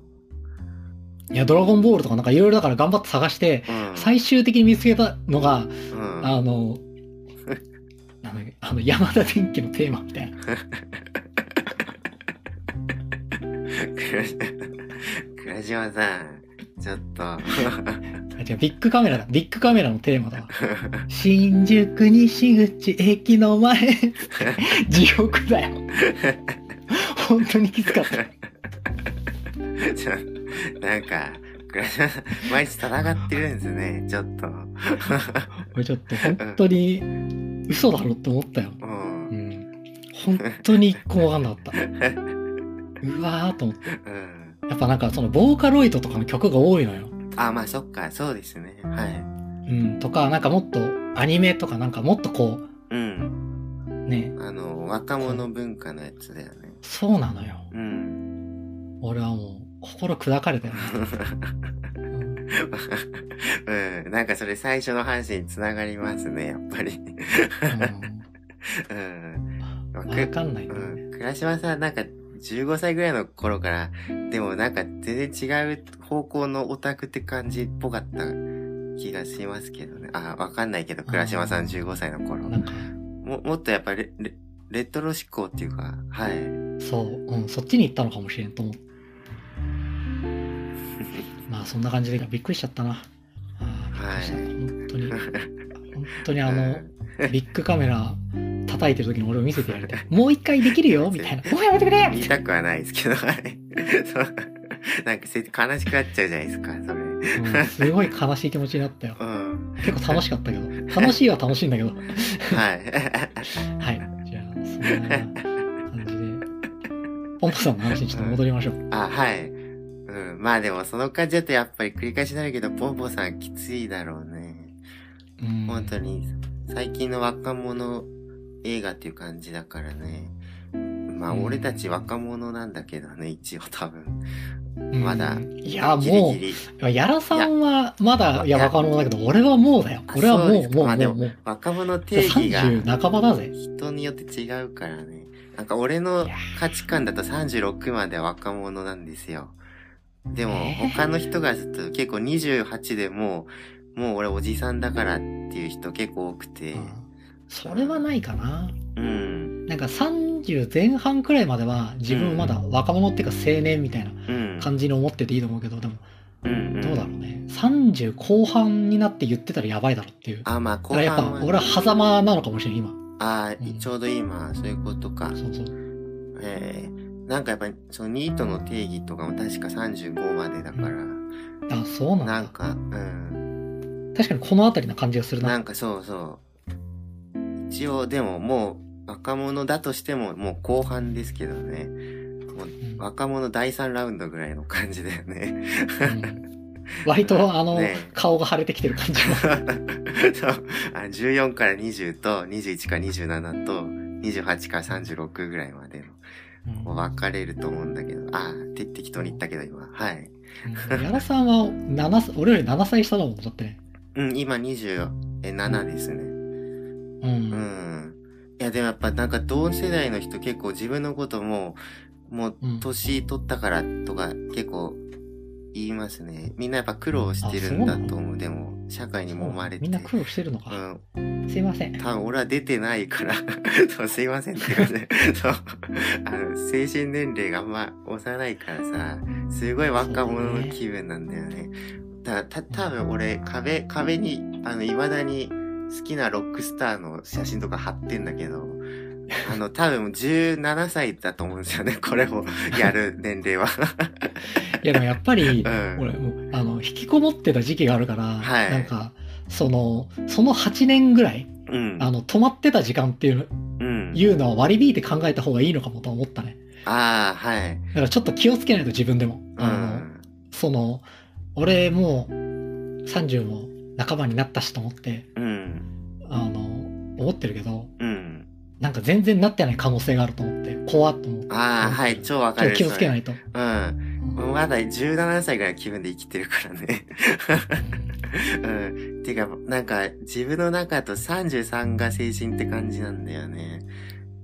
B: いや、ドラゴンボールとかなんかいろいろだから頑張って探して、
A: うん。
B: 最終的に見つけたのが、
A: うん、
B: あの、なんだっけあの、山田電機のテーマみたいな。
A: 倉島倉島さん、ちょっと。
B: あ違う、ビッグカメラだ。ビッグカメラのテーマだわ。新宿西口駅の前。地獄だよ。本当にきつかった。
A: ちょなんか、倉島さん、毎日戦ってるんですね、ちょっと。
B: これちょっと本当に嘘だろって思ったよ。
A: うん
B: う。ん。本当に一個もわかんなかった。うわーと思って。
A: うん。
B: やっぱなんかそのボーカロイドとかの曲が多いのよ。
A: あ、まあそっか、そうですね。はい。
B: うん。とか、なんかもっとアニメとかなんかもっとこ
A: うん。
B: う、ね、
A: あの、若者文化のやつだよね。
B: そうなのよ。
A: うん。
B: 俺はもう心砕か れたよね。うん
A: うん。なんかそれ最初の話につながりますね、やっぱり。うん。わ
B: わかんないんだよね。
A: うん。倉島さん、なんか、15歳ぐらいの頃から、でもなんか全然違う方向のオタクって感じっぽかった気がしますけどね。あ、わかんないけど、倉島さん15歳の頃。
B: なんか、
A: も、もっとやっぱレ、レ、レトロ思考っていうか、はい。
B: そう、うん、そっちに行ったのかもしれん と思って。まあそんな感じでびっくりしちゃったな。あーびっくりした。本当に、本当にあの、ビッグカメラ叩いてる時に俺を見せてやり たい。もう一回できるよみたいな。もうやめてくれ
A: 言 い
B: みたい
A: たくはないですけど、はい。 そうなんかせ悲しくなっちゃうじゃないですか、それ。
B: な。うん、すごい悲しい気持ちになったよ。
A: うん。
B: 結構楽しかったけど。楽しいは楽しいんだけど。はい。
A: はい。
B: じゃあ、そんな感じで。ポンポさんの話にちょっと戻りましょう。
A: あ、はい。うん。まあでも、その感じだとやっぱり繰り返しになるけど、ポンポさんきついだろうね。
B: うん。
A: 本当に、最近の若者映画っていう感じだからね。まあ、
B: うん
A: 俺たち若者なんだけどね、一応多分。
B: うん
A: まだ
B: いや、
A: ギ
B: も
A: リ
B: う
A: ギ。リ。
B: やらさんはまだ、
A: い
B: いや、
A: や
B: 若者だけど、俺はもうだよ。
A: あ
B: 俺は
A: そう
B: も
A: で
B: う、
A: すか
B: もう、
A: まあで
B: も
A: も
B: う、もう。
A: 若者定義が。
B: 30半ばだぜ。
A: 人によって違うからね。なんか俺の価値観だと36までは若者なんですよ。でも
B: えー
A: 他の人がすると結構28でもう、もう俺おじさんだからっていう人結構多くて
B: う。んそれはないかな。
A: うん。
B: なんか30前半くらいまでは、自分はまだ若者っていうか青年みたいな
A: うん。
B: 感じに思ってていいと思うけど、でも、
A: うん、
B: どうだろうね。 30後半になって言ってたらやばいだろっていう。
A: あ、まあ、
B: だ
A: 後
B: から
A: 半
B: やっぱ
A: は、ね
B: 俺は狭間なのかもしれない、今。
A: あー
B: うん
A: ちょうど今、そういうことか。
B: そうそう。
A: えー、なんかやっぱり、そのニートの定義とかも確か35までだから、
B: あ、そうなんだ。
A: なんか、うん、
B: 確かにこの辺りな感じがする
A: な
B: な。
A: んかそうそう。一応、でももう、若者だとしても、もう後半ですけどね。もう
B: うん
A: 若者第3ラウンドぐらいの感じだよね。
B: うん割と、あの、
A: ね
B: 顔が腫れてきてる感じ が。
A: そうあ14から20と21から27と28から36ぐらいまでの
B: うん
A: こう分かれると思うんだけどあーて適当に言ったけど今はい、
B: うん矢田さんは7歳、俺より7歳下だもん、だってね。
A: うん、今27ですね
B: う。
A: うんんいやでもやっぱなんか同世代の人結構自分のことももう
B: うん
A: 年取ったからとか結構言いますねみんなやっぱ苦労してるんだと思うでも社会に揉まれて
B: みんな苦労してるの
A: う
B: か。
A: ん、
B: すいません。
A: 多分俺は出てないから、 そうすいま せんって感じで、そう、あの、精神年齢があんま幼いからさ、すごい若者の気分なんだよね。だから、た、多分俺、壁、壁に、あの、未だに好きなロックスターの写真とか貼ってんだけど、あの、多分17歳だと思うんですよね、 これをやる年齢は。
B: いやでもやっ ぱり、
A: うん
B: 俺もうあの引きこもってた時期があるから、
A: はい
B: なんかそのその8年ぐらい
A: うん。
B: あの止まってた時間っていう
A: うん。
B: いうのは割り引いて考えた方がいいのかもと思ったね
A: ああ、はい。
B: だからちょっと気をつけないと自分でも、
A: う
B: あの
A: ん。
B: その俺もう30も半ばになったしと思って
A: うん。
B: あの思ってるけど
A: うん。
B: なんか全然なってない可能性があると思って怖っと思って
A: ああ、はい、超わか
B: ちょっ
A: る。。
B: と気をつけないいと、
A: うん。
B: うん
A: まだ17歳ぐらいの気分で生きてるから ね。うん。てか、なんか、自分の中と33が成人って感じなんだよね。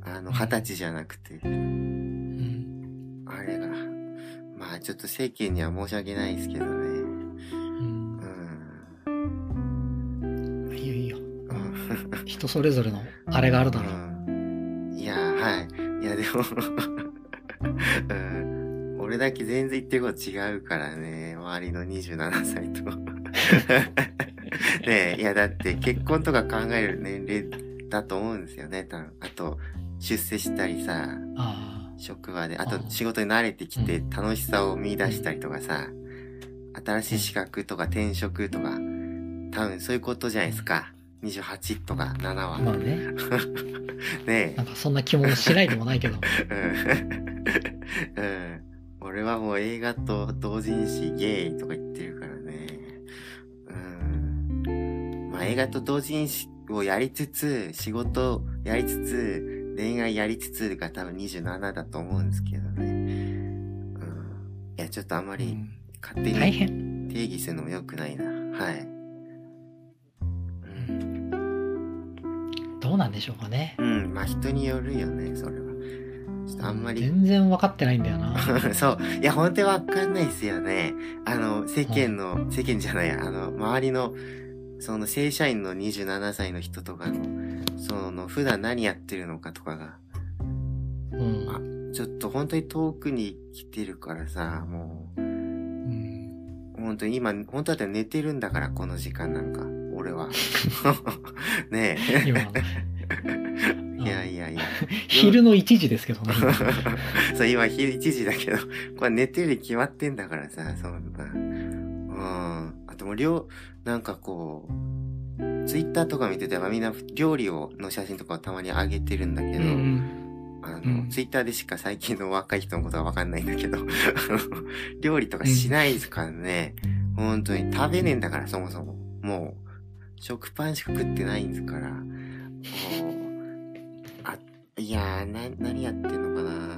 A: あの、
B: うん
A: 二十歳じゃなくて。
B: うん
A: あれが。まあ、ちょっと世間には申し訳ないですけどね。
B: うん
A: うん。
B: いいよいいよ
A: うん
B: 人それぞれのあれがあるだろう
A: うんいや、はい。いや、でも、うん、俺だけ全然言ってること違うからね、周りの27歳 と。ねえ、いや、だって結婚とか考える年齢だと思うんですよね、多分。あと、出世したりさ、
B: あ
A: 職場で、あ
B: う
A: と
B: ん
A: 仕事に慣れてきて楽しさを見出したりとかさ、新しい資格とか転職とか、多分そういうことじゃないですか。28とか7
B: あ
A: は。
B: まあね
A: ね
B: なんかそんな気もしないでもないけど。
A: え。うん。 うん。俺はもう映画と同人誌ゲーイとか言ってるからね。うん。まあ映画と同人誌をやりつつ、仕事をやりつつ、恋愛やりつつが多分27だと思うんですけどね。うん。いや、ちょっとあんま
B: う
A: り
B: ん
A: 勝手
B: 大
A: に
B: 変。
A: 定義するのも良くないな。はい。うん。
B: どうなんでしょうかね。
A: うん、まあ人によるよね、それは。ちょっとあんまり。
B: 全然分かってないんだよな。
A: そう。いや、本当にわかんないですよね。あの、世間の、世間じゃない、あの、周りの、その正社員の27歳の人とかの、その、普段何やってるのかとかが、
B: うん
A: ちょっと本当に遠くに来てるからさ、もう、
B: うん。
A: 本当に今、本当だったら寝てるんだから、この時間なんか、俺は。 ねえ。
B: 今、
A: いやいやいや。
B: 昼の1時ですけどね。
A: そう、今、昼1時だけど、これ寝てるに決まってんだからさ、そんな。うん。あともう、料、なんかこう、ツイッターとか見てて、みんな料理を、の写真とかをたまに上げてるんだけ
B: う
A: ど、
B: ん
A: あ
B: う
A: の、
B: ん
A: ツイッターでしか最近の若い人のことはわかんないんだけど、あ の料理とかしないですからね、本当に食べねえんだから、そもそも。もう、食パンしか食ってないんですから。もう、あ、いやー、な、何やってんのかな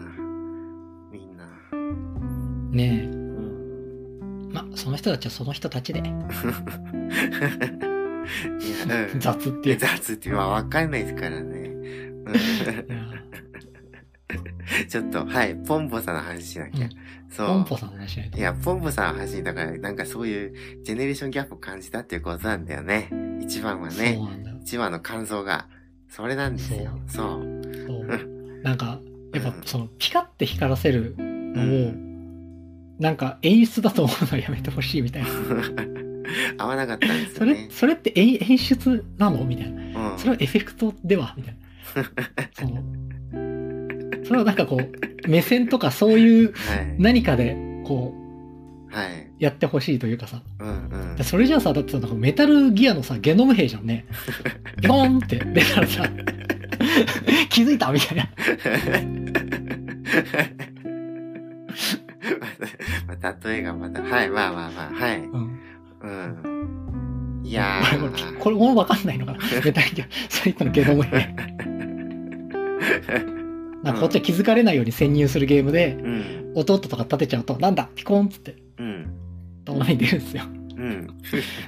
A: みんな。
B: うんねえ。
A: うん、
B: まあ、その人たちはその人たちで、
A: いや、うん。
B: 雑っていうか。
A: 雑っていうのはわかんないですからね。
B: いや
A: うん、 ちょっと、はい、ポンポさんの話しなきゃ。
B: うん
A: そう。
B: ポンポさんの話しないと
A: い。や、ポンポさんを走りだから、なんかそういうジェネレーションギャップを感じたっていうことなんだよね。一番は
B: そう
A: ね、
B: なんだよ。
A: 一番の感想が、それなんですよ。そう。
B: そう。なんか、やっ
A: うん
B: ぱその、ピカって光らせる
A: う
B: のを
A: ん。、
B: なんか演出だと思うのはやめてほしいみたいな。
A: 合わなかったんです
B: そ
A: よ
B: れ
A: ね、。
B: それって演演出なのみたいな。
A: うん
B: それはエフェクトではみたい な。その、それはなんかこう、目線とかそういう
A: はい。
B: 何かで、こう、
A: はい。
B: やってほしいというかさ。
A: うんうん。
B: それじゃあさ、だってさ、なんかメタルギアのさ、ゲノム兵じゃ んね。ビョーンって出たらさ、 気づいたみたいな。
A: また、また例えがまた、はい、まあまあまあ、はい。
B: うん。
A: うん。いや
B: これ
A: ー。
B: これもうわかんないの かな。メタルギア、最後のゲノム兵。なんかこっちは気づかれないように潜入するゲームで、
A: うん。
B: 弟とか立てちゃうと、なんだピコンっつって、
A: うん。
B: たまに出るんですよ。
A: うん。
B: だか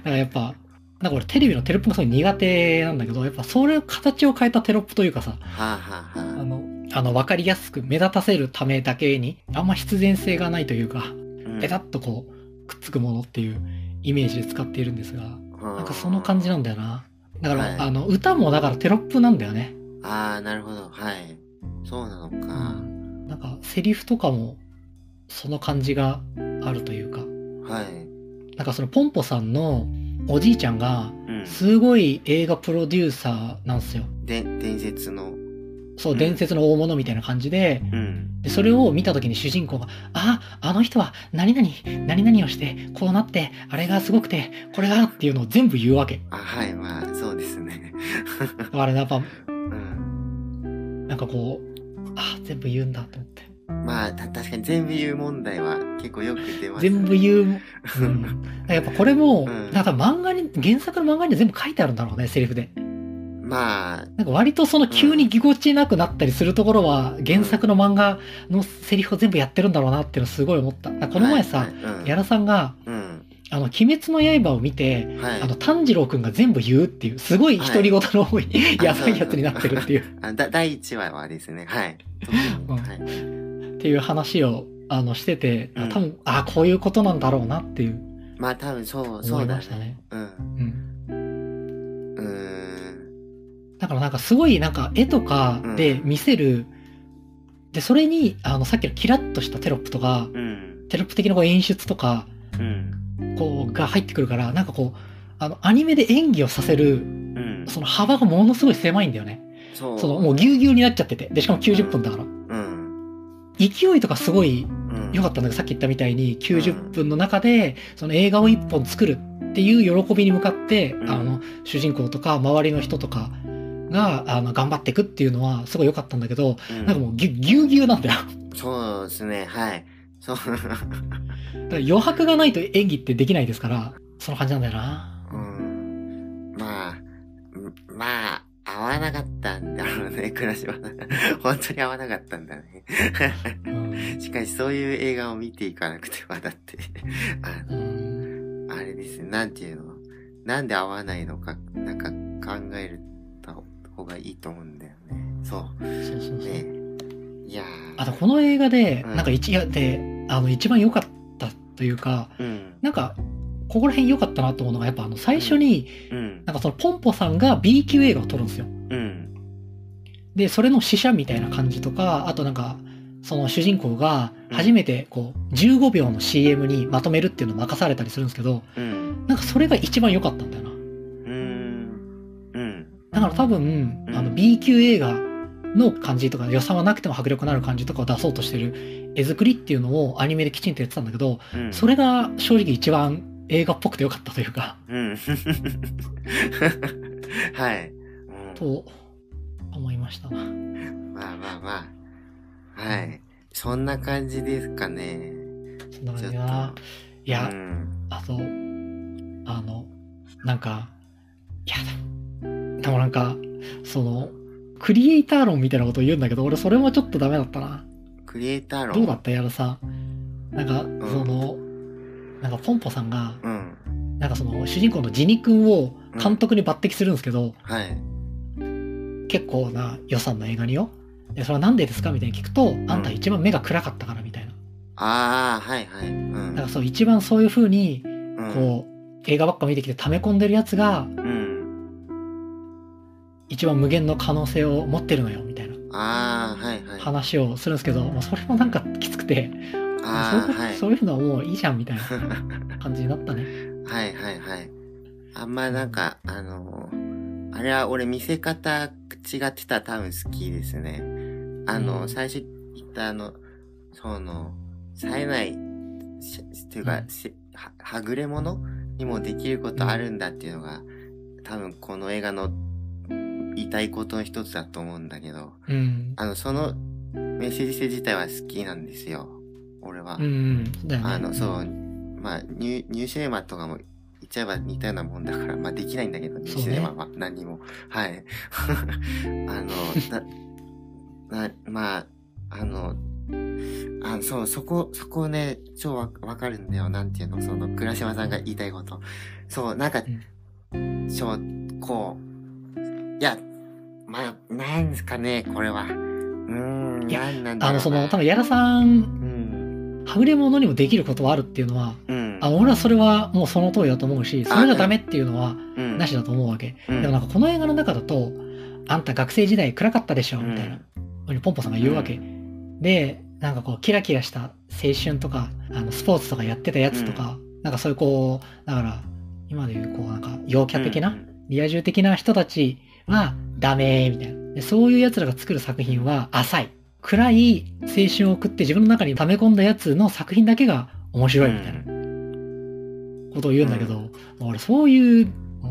B: らやっぱ、なんか俺テレビのテロップがすごい苦手なんだけど、やっぱそれを形を変えたテロップというかさ、
A: はあはあ
B: あ
A: はあ。
B: の、あの、わかりやすく目立たせるためだけに、あんま必然性がないというか、
A: うん
B: ペタッとこう、くっつくものっていうイメージで使っているんですが、
A: な
B: なんかその感じなんだよな。だから、
A: はい
B: あの、歌もだからテロップなんだよね。
A: ああ、なるほど。はい。そうなのか。
B: なんか、セリフとかも、その感じがあるというか、
A: はい。
B: なんかそのポンポさんのおじいちゃんが、
A: うん。
B: すごい映画プロデューサーなんですよ。
A: で、伝説の。
B: そうう、
A: ん
B: 伝説の大物みたいな感じで、
A: うん。
B: で、それを見た時に主人公が、あ、あの人は何々、何々をして、こうなって、あれがすごくて、これがっていうのを全部言 うわけ。
A: あ、はい、まあ、そうですね。
B: だからやっぱ、
A: うん。
B: なんかこう、あ、全部言うんだと思って。
A: まあ、た確かに全部言う問題は結構よく出ます、ね。
B: 全 部言う。うん。だからやっぱこれも、
A: うん
B: なんか漫画に、原作の漫画に全部書いてあるんだろうね、セリフで。
A: まあ、
B: なんか割とその急にぎこちなくなったりするところは、原作の漫画のセリフを全部やってるんだろうなっていうのすごい思った。なんかこの前さ、
A: はいはいうん、
B: 矢田さんが、
A: うん。
B: あの、鬼滅の刃を見て、
A: はい。
B: あの、炭治郎くんが全部言うっていう、すごい
A: はい
B: 独り言の多い、 やばいやつになって るっていう、
A: あだ第1話はですね、はい。特に
B: うん
A: はい、
B: っていう話を、あの、してて、
A: うん
B: 多分、ああ、こういうことなんだろうなっていう、
A: まあ、多分そう、そ
B: 思
A: う
B: い
A: だ
B: ました
A: ね。
B: ね。
A: うん。
B: うん。
A: うーん。
B: だからなんかすごい、なんか絵とかで見せる、で、それに、あの、さっきのキラッとしたテロップとか、
A: うん。
B: テロップ的なこう演出とか、
A: うん。
B: こう、が入ってくるから、なんかこう、あの、アニメで演技をさせる、
A: うん。
B: その幅がものすごい狭いんだよね。
A: そう。
B: その、もうぎゅうぎゅうになっちゃってて。で、しかも90分だから。
A: うん。
B: 勢いとかすごい
A: うん。
B: 良かったんだけど、さっき言ったみたいに90分の中で、その映画を1本作るっていう喜びに向かって、
A: うん
B: あの、主人公とか周りの人とかが、あの、頑張っていくっていうのはすごい良かったんだけど、
A: うん
B: なんかもうぎゅぎゅうぎゅうなんだよ。
A: そうですね、はい。そう。
B: だから余白がないと演技ってできないですから、その感じなんだよな。
A: うん。まあ、うんまあ、合わなかったんだろうね、暮らしは。本当に合わなかったんだね。
B: うん
A: しかし、そういう映画を見ていかなくては、だって、あ
B: うん
A: あれですね、なんていうのなんで合わないのか、なんか考えた方がいいと思うんだよね。そ
B: そうそう
A: う。
B: そう。
A: ね。いやー。
B: あとこの映画で、
A: うん
B: なんか一夜で、あの、一番良かったというか、
A: うん。
B: なんか、ここら辺良かったなと思うのが、やっぱあの、最初に、
A: うん。
B: なんかそのポンポさんが B 級映画を撮るんですよ。
A: うん。
B: で、それの死者みたいな感じとか、あとなんか、その主人公が
A: うん
B: 初めてこう、15秒の CM にまとめるっていうのを任されたりするんですけど、
A: うん。
B: なんかそれが一番良かったんだよな。
A: うん。うん。
B: だから多分、
A: うん
B: あの B 級映画の感じとか予算はなくても迫力のある感じとかを出そうとしてる絵作りっていうのをアニメできちんとやってたんだけど、
A: うん。
B: それが正直一番映画っぽくてよかったというか、
A: うん。はい。うん
B: と思いました。は
A: まあまあまあ。はい。そんな感じですかね。
B: そんな
A: ちょ
B: 感
A: っ
B: じ
A: と。
B: だな。いや、
A: うん。
B: あと、あの、なんか、いや、でもでもなんか、その、クリエイター論みたいなことを言うんだけど、俺それもちょっとダメだったな。
A: クリエイター論。
B: どうだったやらさん。なんか、
A: ん
B: その、なんかポンポさんが、
A: うん。
B: なんかその主人公のジニ君を監督に抜擢するんですけど、
A: はい。
B: 結構な予算の映画によ。で、それはなんでですかみたいに聞くと、あんた一番目が暗かったからみたいな。
A: ああ、はいはい。う
B: だから
A: ん。
B: そう、一番そういう風に、
A: うん
B: こう、映画ばっか見てきて溜め込んでるやつが、
A: うん。
B: 一番無限の可能性を持ってるのよ、みたいな
A: ああ、はいはい。
B: 話をするんですけど、もうそれもなんかきつくて、
A: ああ、
B: そう
A: はい。
B: そういうのはもういいじゃん、みたいな感じになったね。
A: はいはいはいはい。あんまなんか、あのーあれは俺見せ方違ってたら多分好きですね。あの、
B: うん
A: 最初言ったあの、その、冴えない、しっていうか、
B: うん
A: しははぐれ者にもできることあるんだっていうのが、多分この映画の言いたいことの一つだと思うんだけど、
B: うん。
A: あの、そのメッセージ性自体は好きなんですよ。俺は。
B: うんうん。そうだよね。
A: あの、そうう、まあ、ニューニューシネマとかも言っちゃえば似たようなもんだから、まあできないんだけど、ニューシネマは何にも。はい。 あの、な、な、まあ、あの、あそう、そこ、そこね、超わわかるんだよ。なんていうの、その、倉島さんが言いたいこと。そう、なんか、そう、こう、いや、まあ、なんですかね、これは。うーん、
B: い
A: な
B: や
A: んなんだろうな。
B: あの、その、多分、矢田さん、
A: うん、
B: はぐれ者にもできることはあるっていうのは、
A: うん。
B: あ、俺はそれはもうその通りだと思うし、それがダメっていうのは、
A: うん、
B: なしだと思うわけ。
A: うん、
B: でもなんかこの映画の中だと、あんた学生時代暗かったでしょみたいな、ふうにポンポさんが言うわけ。
A: う
B: で、なんかこう、キラキラした青春とか、あのスポーツとかやってたやつとか、なんかそういうこう、だから、今でいうこう、なんか陽キャ的な、リア充的な人たちはダメみたいなでそういうやつらが作る作品は浅い暗い青春を送って自分の中に溜め込んだやつの作品だけが面白いみたいなことを言うんだけど、俺そういう、うん
A: う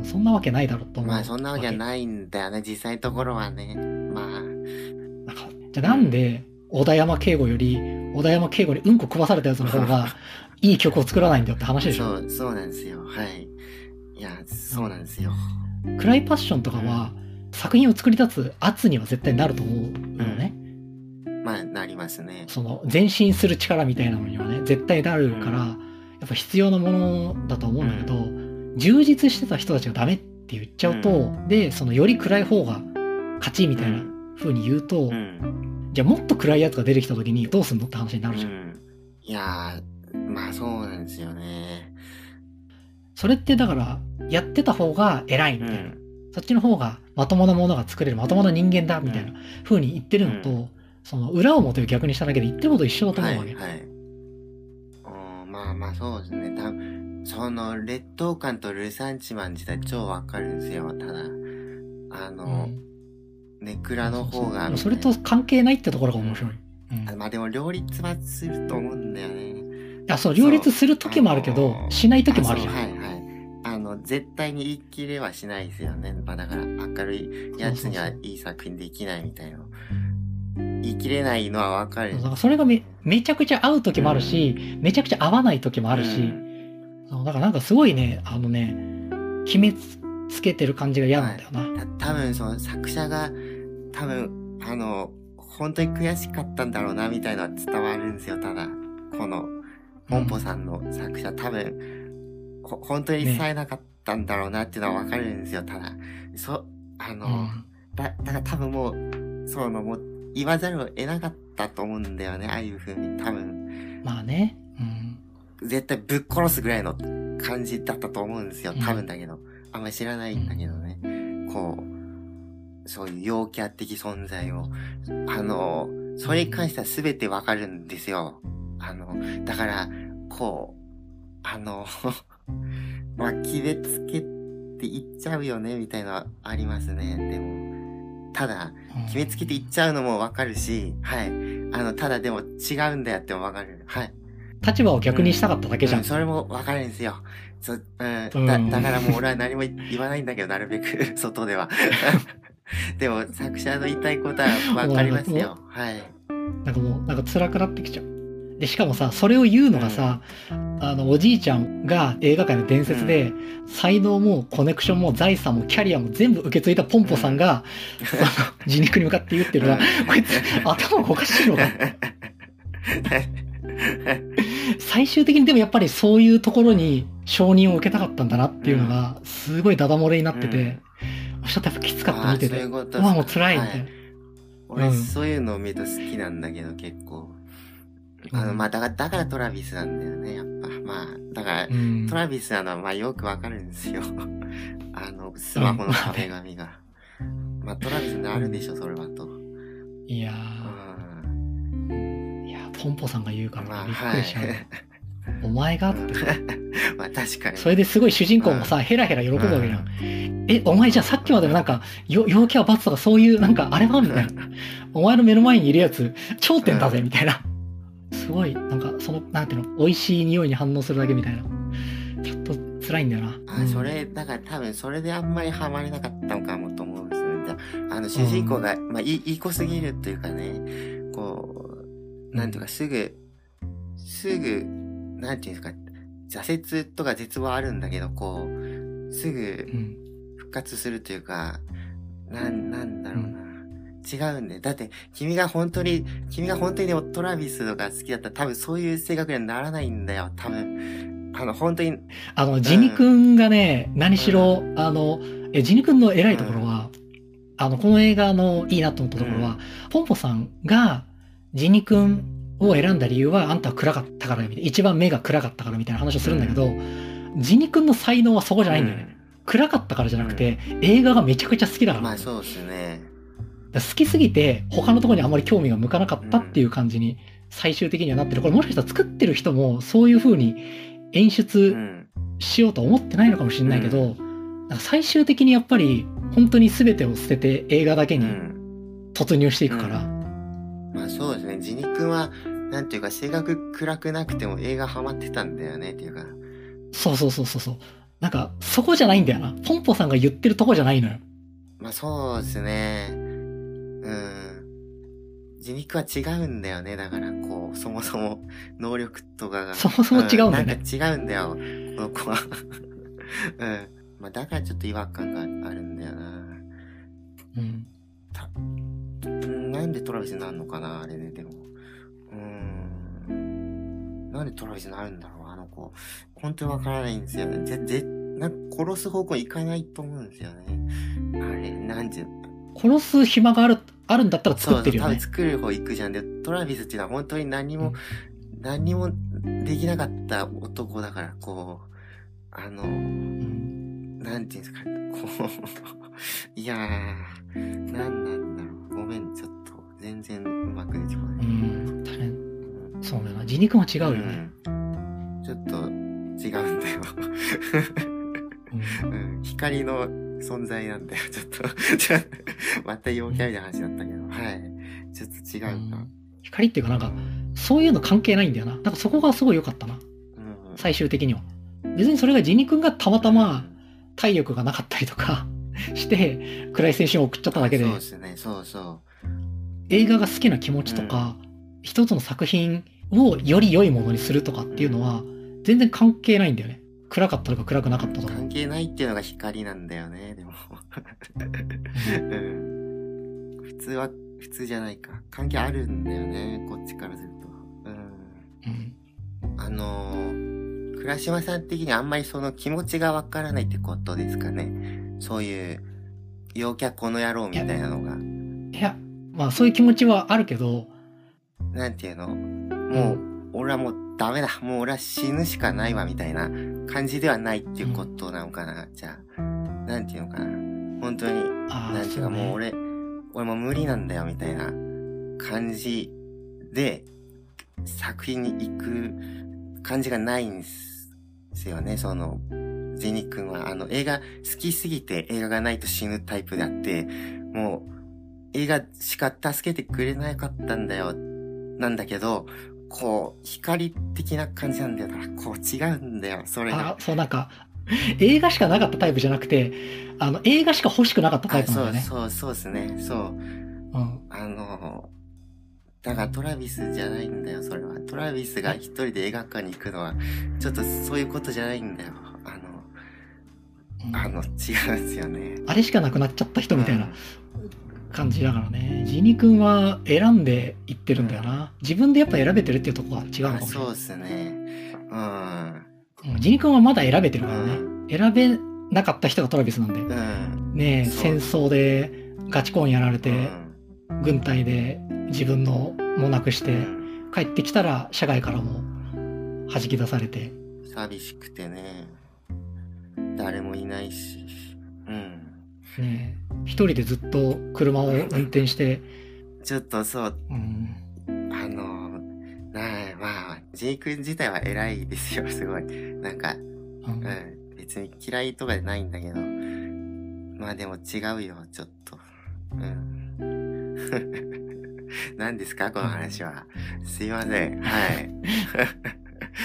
A: ん
B: そんなわけないだろうと思う
A: まあそんなわけは
B: わ
A: ないんだよね実際のところはねまあ
B: けなんかじゃあなんで小田山慶吾より小田山慶吾にうんこ食わされたやつの方 がいい曲を作らないんだよって話でし
A: そ
B: ょ
A: うそうなんですよはいいやそうなんですよ
B: 暗いパッションとかは作品を作り立つ圧には絶対なると思うのね、
A: まあなりますね
B: その前進する力みたいなのにはね絶対なるから、
A: うん
B: やっぱ必要なものだと思うんだけど、充実してた人たちがダメって言っちゃうと、
A: う
B: でそのより暗い方が勝ちみたいうなん風に言うと、
A: うん
B: じゃあもっと暗いやつが出てきた時にどうすんのって話にな
A: う
B: るじゃん。
A: んいやまあそうなんですよね
B: それってだからやってた方が偉いうみたいな、
A: ん
B: そっちの方がまともなものが作れるまともな人間だみたいな風に言ってるのと、
A: う
B: その裏表を逆にしただけで言ってること一緒だと
A: は
B: 思う
A: い
B: わ
A: は
B: け。
A: いうんまあまあそうですね多分その劣等感とルサンチマン自体超わかるんですよただあの、
B: うん
A: ネクラの方が
B: そうそうそれと関係ないってところが面白い。うん
A: あまあでも両立はすると思うんだよね。
B: あそう両立する時もあるけど
A: あのー
B: しない時もあるじゃん
A: そうはいはい。あの、絶対に言い切れはしないですよね。まあだから明るいやつにはいい作品できないみたいな。言い切れないのはわかる。
B: だからそれがめめちゃくちゃ合う時もあるし、めちゃくちゃ合わない時もあるし、
A: うん
B: そうだからなんかすごいねあのね決めつけてる感じが嫌なんだよな、
A: た多分その作者が、多分、あの、本当に悔しかったんだろうなみたいのは伝わるんですよ、ただ。この、モンポさんの作者、多分、ほ本当に冴えなかったんだろうなっていうのはわかるんですよ、ただ。そ、あの、だ、だから多分もう、そのもう、言わざるを得なかったと思うんだよね、ああいう風に。多分、
B: うんまあね、うん
A: 絶対ぶっ殺すぐらいの感じだったと思うんですよ、多分だけど。あんまり知らないんだけどね。こう、そういう陽キャ的存在を。あの、それに関しては全てわかるんですよ。あの、だから、こう、あの、 まあ、決めつけって言っちゃうよね、みたいなのはありますね。でも、ただ、
B: うん
A: 決めつけていっちゃうのもわかるし、はい。あの、ただでも違うんだよってもわかる。はい。
B: 立場を逆にしたかっただけじゃん、
A: うんそれもわかるんですよ。そうん、だ
B: うん
A: だからもう俺は何も言言わないん だけど、なるべく、 外では。でも、作者の言いたいことはわかりますよ。はい。
B: なんかもうなんか辛くなってきちゃうでしかもさそれを言うのがさ、あのおじいちゃんが映画界の伝説で、才能もコネクションも財産もキャリアも全部受け継いだポンポさんが、その自肉に向かって言ってるのは、
A: うん
B: こいつ頭がおかしいのか最終的にでもやっぱりそういうところに承認を受けたかったんだなっていうのがすごいダダ漏れになってて、ちょっとやっぱきつかった見て
A: あー
B: て
A: そういうこと
B: うわもう辛いみたいな、
A: は俺、
B: うん
A: そういうのを見ると好きなんだけど、結構。あ
B: う
A: の、
B: ん
A: まあ、だから、だからトラビスなんだよね、やっぱ。まあ、だから、
B: うん
A: トラビスなのはまあよくわかるんですよ。 あの、スマホの壁紙が。まあトラビスになるでしょ、それはと。うん
B: いやーいやーポンポさんが言うから
A: まあ、
B: びっく
A: は
B: りしちゃう、
A: い。
B: お前がってさ、
A: まあ確かに。
B: それですごい主人公もさ、ヘラヘラ喜ぶわけじゃん。え、お前じゃあさっきまでのなんか、よ陽キャ罰とかそういうなんかあれはみたいな。 お前の目の前にいるやつ、頂点だぜみたいな。すごい、なんかその、なんていうの、美味しい匂いに反応するだけみたいな。ちょっと辛いんだよな。
A: あそれ、だから多分それであんまりハマれなかったのかもと思うんですよね。あの主人公が、まあいいいい子すぎるというかね、こう、なんとかすぐ、すぐ、なんていうんですか、挫折とか絶望あるんだけど、こう、すぐ
B: うん。
A: 復活するというか、なん、なんだろうな。違うんだよ。だって、君が本当に、君が本当にトラビスとか好きだったら多分そういう性格にはならないんだよ。多分。あの、本当に、
B: あの、ジニ君がね、何しろ、あの、え、ジニ君の偉いところは、あの、この映画のいいなと思ったところは、ポンポさんが、ジニ君を選んだ理由は、あんたは暗かったからよみたいな、一番目が暗かったからみたいな話をするんだけど、ジニ君の才能はそこじゃないんだよね。暗かったからじゃなくて、映画がめちゃくちゃ好きだ
A: う
B: か
A: ん
B: ら。
A: まあそうですね。
B: だから好きすぎて他のところにあまり興味が向かなかったっていう感じに最終的にはなってるこれもしかしたら作ってる人もそういう風に演
A: う
B: 出
A: ん。
B: しようとは思ってないのかもしれないけど、なんか最終的にやっぱり本当に全てを捨てて映画だけ
A: う
B: に
A: ん。
B: 突入していくから、
A: うまあそうですね。ジニ君は、なんていうか、性格暗くなくても映画ハマってたんだよね、っていうか。
B: そうそうそうそうそうなんかそこじゃないんだよなポンポさんが言ってるとこじゃないのよ
A: まあそうですね。うん。ジニ君は違うんだよね。だから、こう、そもそも能力とかが。
B: そもそも違うんだよね、
A: ん、なんか違うんだよ、この子は。 うん。まあだからちょっと違和感があるんだよな。
B: うん、
A: うんなんでトラビスになるのかな、あれね、でも。うーん。なんでトラビスになるんだろう、あの子。本当にわからないんですよね。ぜ、ぜ、なんか殺す方向いかないと思うんですよね。あれ、なんていう
B: 殺す暇があるあるんだったら
A: そう
B: 作っ
A: そ
B: て
A: う、
B: るよ
A: 多分
B: ね
A: 作る方行くじゃん。で、トラビスっていうのは本当に何も、何もできなかった男だから、こう、あの、
B: うん
A: なんていうんですか、こう、 いやー、なんなんだろう。ごめん、ちょっと、全然うまく出てこ
B: う
A: ない。
B: ん大変そうだよなジニ君は違うよね、
A: うんちょっと違うんだよ。
B: うん
A: うん、光の存在なんだよ。ちょっと、ちょっと、また陽キャみたいな話だったけど、はい。ちょっと違うな。
B: 光っていうかなんかそういうの関係ないんだよななんかそこがすごい良かったな
A: うん
B: 最終的には別にそれがジニ君がたまたま体力がなかったりとか して暗い青春を送っちゃっただけで
A: そうですね、そうそ
B: 映画が好きな気持ちとか、一つの作品をより良いものにするとかっていうのは全然関係ないんだよね暗かったとか暗くなかった
A: う。
B: とか
A: 関係ないっていうのが光なんだよね、でも。 うん普通は、普通じゃないか。関係あるんだよね、こっちからすると。うん。
B: うん
A: あのー、倉島さん的にあんまりその気持ちがわからないってことですかね。そういう、陽キャこの野郎みたいなのが、
B: いやまあそういう気持ちはあるけど
A: なんていうのもう、俺はもうダメだ。もう俺は死ぬしかないわ、みたいな感じではないっていうことなのかな。じゃあ、なんていうのかな。本当に、
B: あ
A: なん
B: あ
A: ていう
B: そ
A: か
B: うね
A: もう俺、俺もう無理なんだよ、みたいな感じで、作品に行く感じがないんですよね、その、ジニ君は。あの、映画好きすぎて映画がないと死ぬタイプであって、もう、映画しか助けてくれなかったんだよ、なんだけど、こう、光的な感じなんだよ。だからこう違うんだよ、それが
B: あ。そうなんか映画しかなかったタイプじゃなくてあの映画しか欲しくなかったタイ
A: あ、
B: プな
A: そ
B: んだ
A: う
B: よね
A: そう、そうですね、そう。
B: うん
A: あの、だからトラビスじゃないんだよ、それは。トラビスが一人で映画館に行くのは、ちょっとそういうことじゃないんだよ。あの、
B: うん
A: あの、違うんですよね。
B: あれしかなくなっちゃった人みたいな感じだからね。ジニ君は選んでいってるんだよな。自分でやっぱ選べてるっていうところは違う
A: うん
B: の
A: あ
B: かもしれ
A: そうですね。うん。
B: ない。うんジニ君はまだ選べて
A: う
B: るからね。
A: ん。
B: 選べなかった人がトラビスなん
A: う
B: で。
A: ん。
B: ねえ、
A: そう
B: 戦争でガチコンやられ
A: う
B: て、
A: ん
B: 軍隊で自分のもなくして、帰ってきたら社外からも弾き出されて。
A: 寂しくてね。誰もいないし。うん。
B: ねえ、一人でずっと車を運転して、
A: ちょっとそう、
B: うん、
A: あの、なあ、まあ、ジェイ君自体は偉いですよ、すごい。なんか、
B: う
A: うんん。別に嫌いとかじゃないんだけど。まあでも違うよ、ちょっと。うん。 何ですかこの話は。すいません。はい。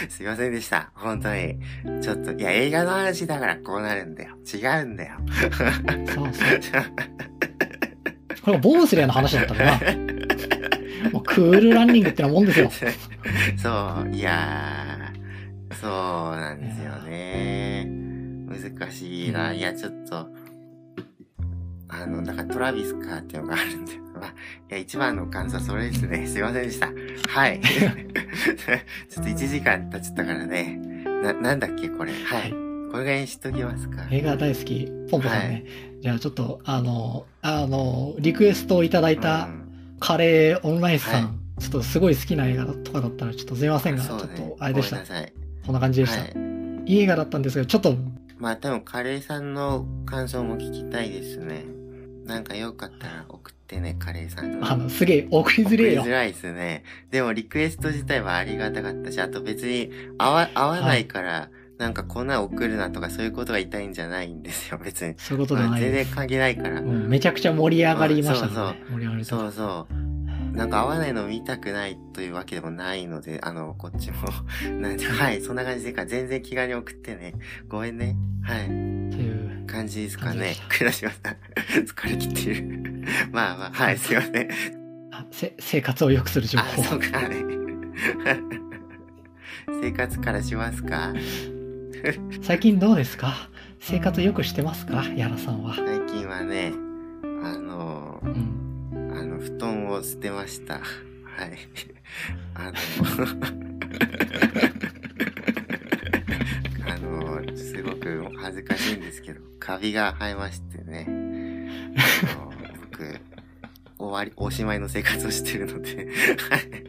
A: すいませんでした。本当に。ちょっと、いや、映画の話だからこうなるんだよ。違うんだよ。
B: そうそう。これがボースレーの話だった らな。もうクールランニングってなもんですよ。
A: そう、いやー、そうなんですよね。難しいな。いや、ちょっと、あの、なんかトラビスカーっていうのがあるんで、まあ、いや、一番の感想はそれですね。すいませんでした。 はい。ちょっと1時間経っちゃったからね。な、なんだっけ、これ。はい。これぐらいにしときますか。
B: 映画大好き、ポンポさんね。じゃあちょっと、あの、あの、リクエストをいただいた
A: うん
B: カレーオンラインさん、
A: は
B: ちょっとすごい好きな映画とかだったらちょっとすいませんが、ちょ
A: そ
B: っ
A: うね
B: とあれでした
A: ごめん。なさい。
B: こんな感じでした。
A: はいい、。
B: い映画だったんですが、ちょっと、
A: まあ多分カレーさんの感想も聞きたいですね。なんかよかったら送ってね、カレーさんの。
B: あの、すげえ送りづれえよ
A: 送り。づらいですね。でもリクエスト自体はありがたかったし、あと別に合わ合わないから、なんかこんなん送るなとかそういうことが言いたいんじゃないんですよ、別に。
B: そういうことじゃ
A: まあ
B: な
A: 全
B: いで
A: 然
B: す。
A: 関係ないから。
B: もうめちゃくちゃ盛り上がりましたからね。盛り上がりました
A: そうそう。なんか合わないの見たくないというわけでもないので、あの、こっちも。 なんで、はい、そんな感じでか、全然気軽に送ってね。ごめんね。はい。
B: という。
A: 感じですか
B: 感じで
A: ね
B: した。
A: 倉島さん、 疲れ切ってる。 まあまあ、はい、すいません。
B: あせ生活を良くする情
A: あ、
B: 報。
A: そうか、はい。 生活からしますか
B: 最近どうですか生活良くしてますかヤラさんは。
A: 最近はね、あの、
B: うん。
A: あの、布団を捨てました。はい。 あの、 あの、すごく恥ずかしいんですけど、カビが生えましてね。あの僕、終わり、おしまいの生活をしてるので、はい。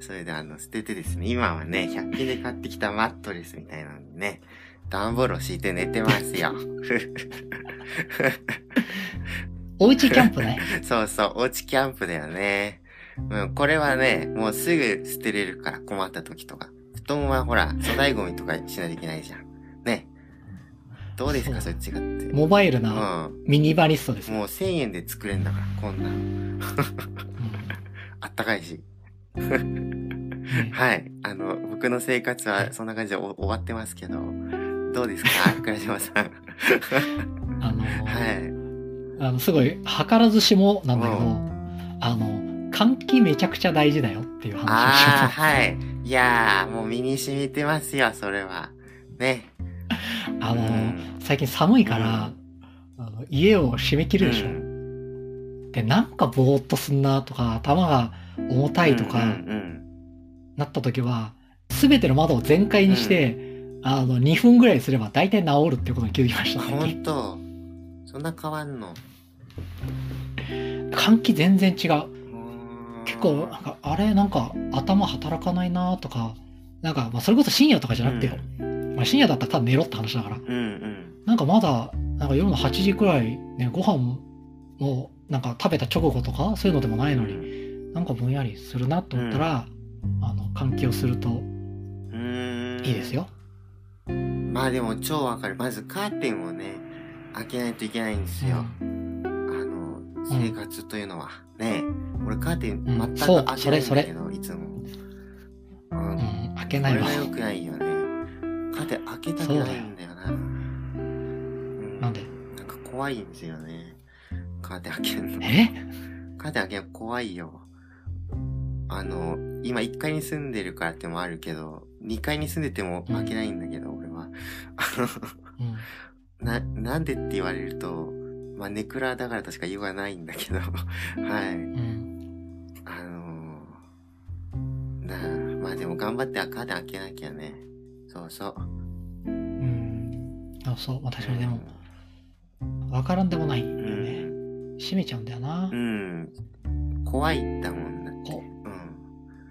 A: それであの、捨ててですね、今はね、100均で買ってきたマットレスみたいなのにね、段ボールを敷いて寝てますよ。
B: おうちキャンプ ね。
A: そうそう、おうちキャンプだよね。うん、これはね、もうすぐ捨てれるから困った時とか。布団はほら、粗大ゴミとかしないといけないじゃん。ね。どうですか、
B: そ
A: そうっちがって。
B: モバイル
A: う。
B: なんミニバリストです。
A: もう1000円で作れんだから、こんなん。
B: うん
A: あったかいし。
B: ね
A: はい。あの、僕の生活はそんな感じでお終わってますけど、どう ですか倉島さん。
B: あの
A: はい。
B: あのすごい図らずしもなんだけど、
A: う
B: あの換気めちゃくちゃ大事だよっていう
A: ああ、
B: 話をし
A: はい。いやー、もう身に染みてますよ、それは。ね。
B: て たあの、
A: うん
B: 最近寒いから、あの家を閉め切るでしょ、
A: うん
B: でなんかぼーっとすんなとか頭が重たいと
A: うん
B: か
A: うんうん
B: なった時は、全ての窓を全開にして、あの2分ぐらいすれば大体治るっていうことに気づきました最近
A: 本当そんな変わんの
B: 換気全然違う結構なんかあれなんか頭働かないなとかなんか、まあ、それこそ深夜とかじゃなくてよ、まあ、深夜だったらただ寝ろって話だから
A: うんうん
B: なんかまだなんか夜の8時くらいねご飯もなんか食べた直後とかそういうのでもないのになんかぼんやりするなと思ったら、あの換気をすると
A: うん
B: いいですよ、
A: まあでも超わかるまずカーテンをね開けないといけないんですよ、あの生活というのは、ね俺カーテン全
B: そ
A: く
B: う
A: 開けな
B: それ
A: いん
B: そ
A: だ
B: れ
A: けど、いつもう
B: うんん、
A: こ
B: うん開けない
A: れ
B: わ
A: が良くないよねカーテン開けたくないんだよなうん
B: なんで
A: なんか怖いんですよねカーテン開けるの
B: え
A: カーテン開けるの怖いよ。あの、今1階に住んでるからってのもあるけど、2階に住んでても開けないんだけど、俺は。
B: うん
A: な、なんでって言われると、まあ、ネクラだからとしか言わないんだけど、 はい。
B: うん
A: あのーなあ、まあでも頑張ってカーテン開けなきゃね。そうそう。
B: うんあそうまあ確かにでもわからんでもないん
A: う
B: だよね
A: ん。
B: 閉めちゃうんだよな
A: う、ん。怖いんだもんだって。
B: こ
A: うん。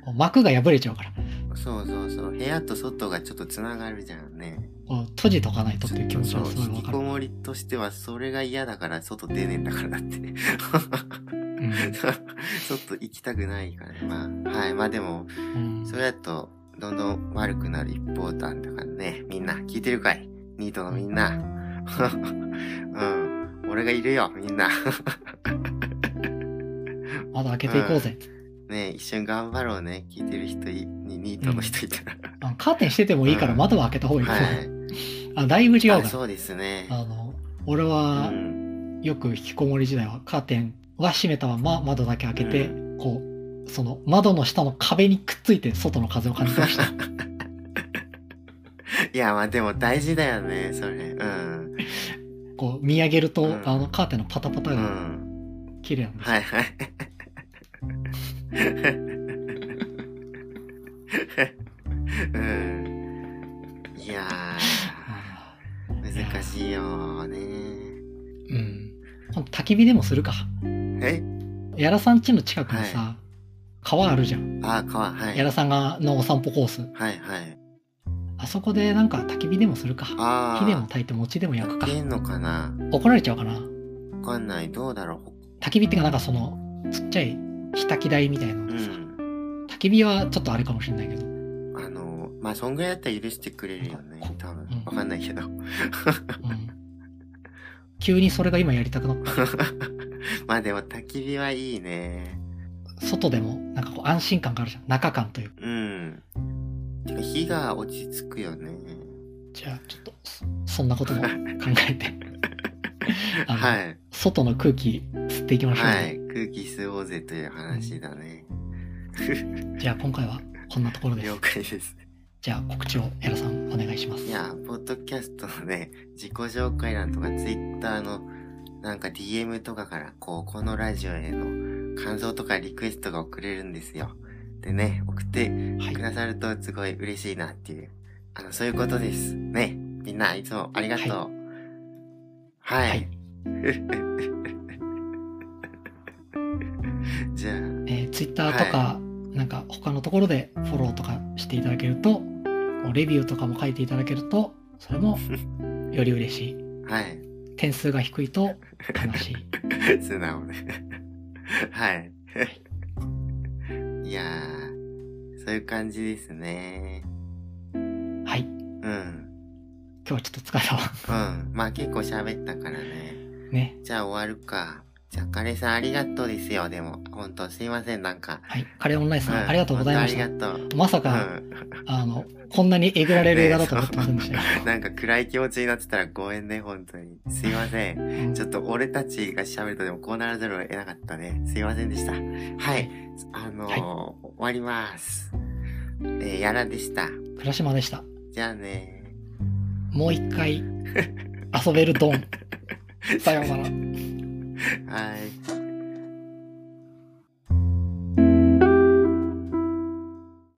B: こう膜が破れちゃうから
A: そうそうそう。部屋と外がちょっとつながるじゃんね。
B: こう閉じとかないとっていう気持ちはすごい
A: そう
B: わ
A: 引き
B: か
A: こ
B: る、
A: もりとしてはそれが嫌だから外出ねえんだからだって。
B: うん
A: 外行きたくないからね。まあ、はい。まあでも、
B: うん
A: それだとどんどん悪くなる一方なんだからね。みんな、聞いてるかいニートのみんな。 うん。俺がいるよ、みんな。
B: まだ開けていこうぜ。
A: ねえ一緒に頑張ろうね。聞いてる人いに、ニートの人いたら。
B: あカーテンしててもいいから
A: うん
B: 窓は開けた方がいいぞ、
A: はい。
B: あ、だいぶ違う
A: あ
B: から。
A: そうですね。
B: あの、俺
A: う
B: は
A: ん。
B: よく引きこもり時代はカーテンは閉めたまま窓だけ開けて、こう、その窓の下の壁にくっついて外の風を感じてました。
A: いや、まあでも大事だよね、それ。うん。
B: こう見上げると、
A: うん
B: あのカーテンのパタパタ
A: う
B: が
A: ん。
B: 綺麗なんですよ
A: はいはい。うん。いや
B: あ
A: ー、難しいよーね
B: ーうん。ほんと焚き火でもするか。
A: え
B: やらさん家の近くにさ、川あるじゃん。
A: あー、川、はい。
B: やらさんがのお散歩コース。
A: はいはい。
B: あそこでなんか焚き火でもするか。
A: あ
B: 火でも
A: ー、
B: 焚いて餅でも焼くか
A: い。けんのかな
B: 怒られちゃうかな。
A: わかんない。どうだろ
B: 焚き火っていうかなんかそのちっちゃい火焚き台みたいなの
A: う。う
B: でさ、
A: ん。
B: 焚き火はちょっとあれかもしれないけど
A: あの、まあ、そんぐらいだったら許してくれるよね。多
B: う
A: 分
B: ん。
A: わかんないけど。
B: うん急にそれが今やりたくなった
A: まあでも、焚き火はいいね。
B: 外でもなんかこう安心感があるじゃん中感というか
A: うん。てか、火が落ち着くよね。
B: じゃあちょっとそそんなことも考え てあの、
A: はい。
B: 外の空気吸っていきましょう、ね
A: はい、空気吸おうぜという話だね。
B: じゃあ今回はこんなところです
A: 了解 です。
B: じゃあ告知をエラさんお願いします
A: いや、ポッドキャストのね、自己紹介欄とか、ツイッターの、なんか DM とかから、こう、このラジオへの感想とかリクエストが送れるんですよ。でね、送って
B: はい
A: くださるとすごい嬉しいなっていう、あの、そういうことです。ね、みんないつもありがとう。はい。
B: はい
A: じゃあ、
B: えー、Twitter とか、なんか他のところでフォローとかしていただけるとこうレビューとかも書いていただけるとそれ もより嬉しい
A: はい。
B: 点数が低いと悲しい
A: 素直ね。 はい。 いやー、そういう感じですね。
B: はい
A: うん。
B: 今日はちょっと疲れたわ
A: うん。まあ結構喋ったからね。
B: ね
A: じゃあ終わるか。じゃあ、カレーさんありがとうですよ。でも、ほんとすいません、なんか。
B: はいカレーオンラインさん、
A: ん
B: ありがとうございまし
A: ほんとありがとう。
B: たまさか、あのこんなにえぐられる映画だと思ってませんでしたよ、
A: うん。なんか暗い気持ちになってたらごめんね、本当に。すいません。
B: うん
A: ちょっと俺たちが喋るとでもこうならざるを得なかったね。すいませんでした。はい。あのー
B: はい
A: 終わります。えー、やらでした。
B: 倉島でした
A: じゃあね
B: もう一 回遊べるドンさようなら
A: はい。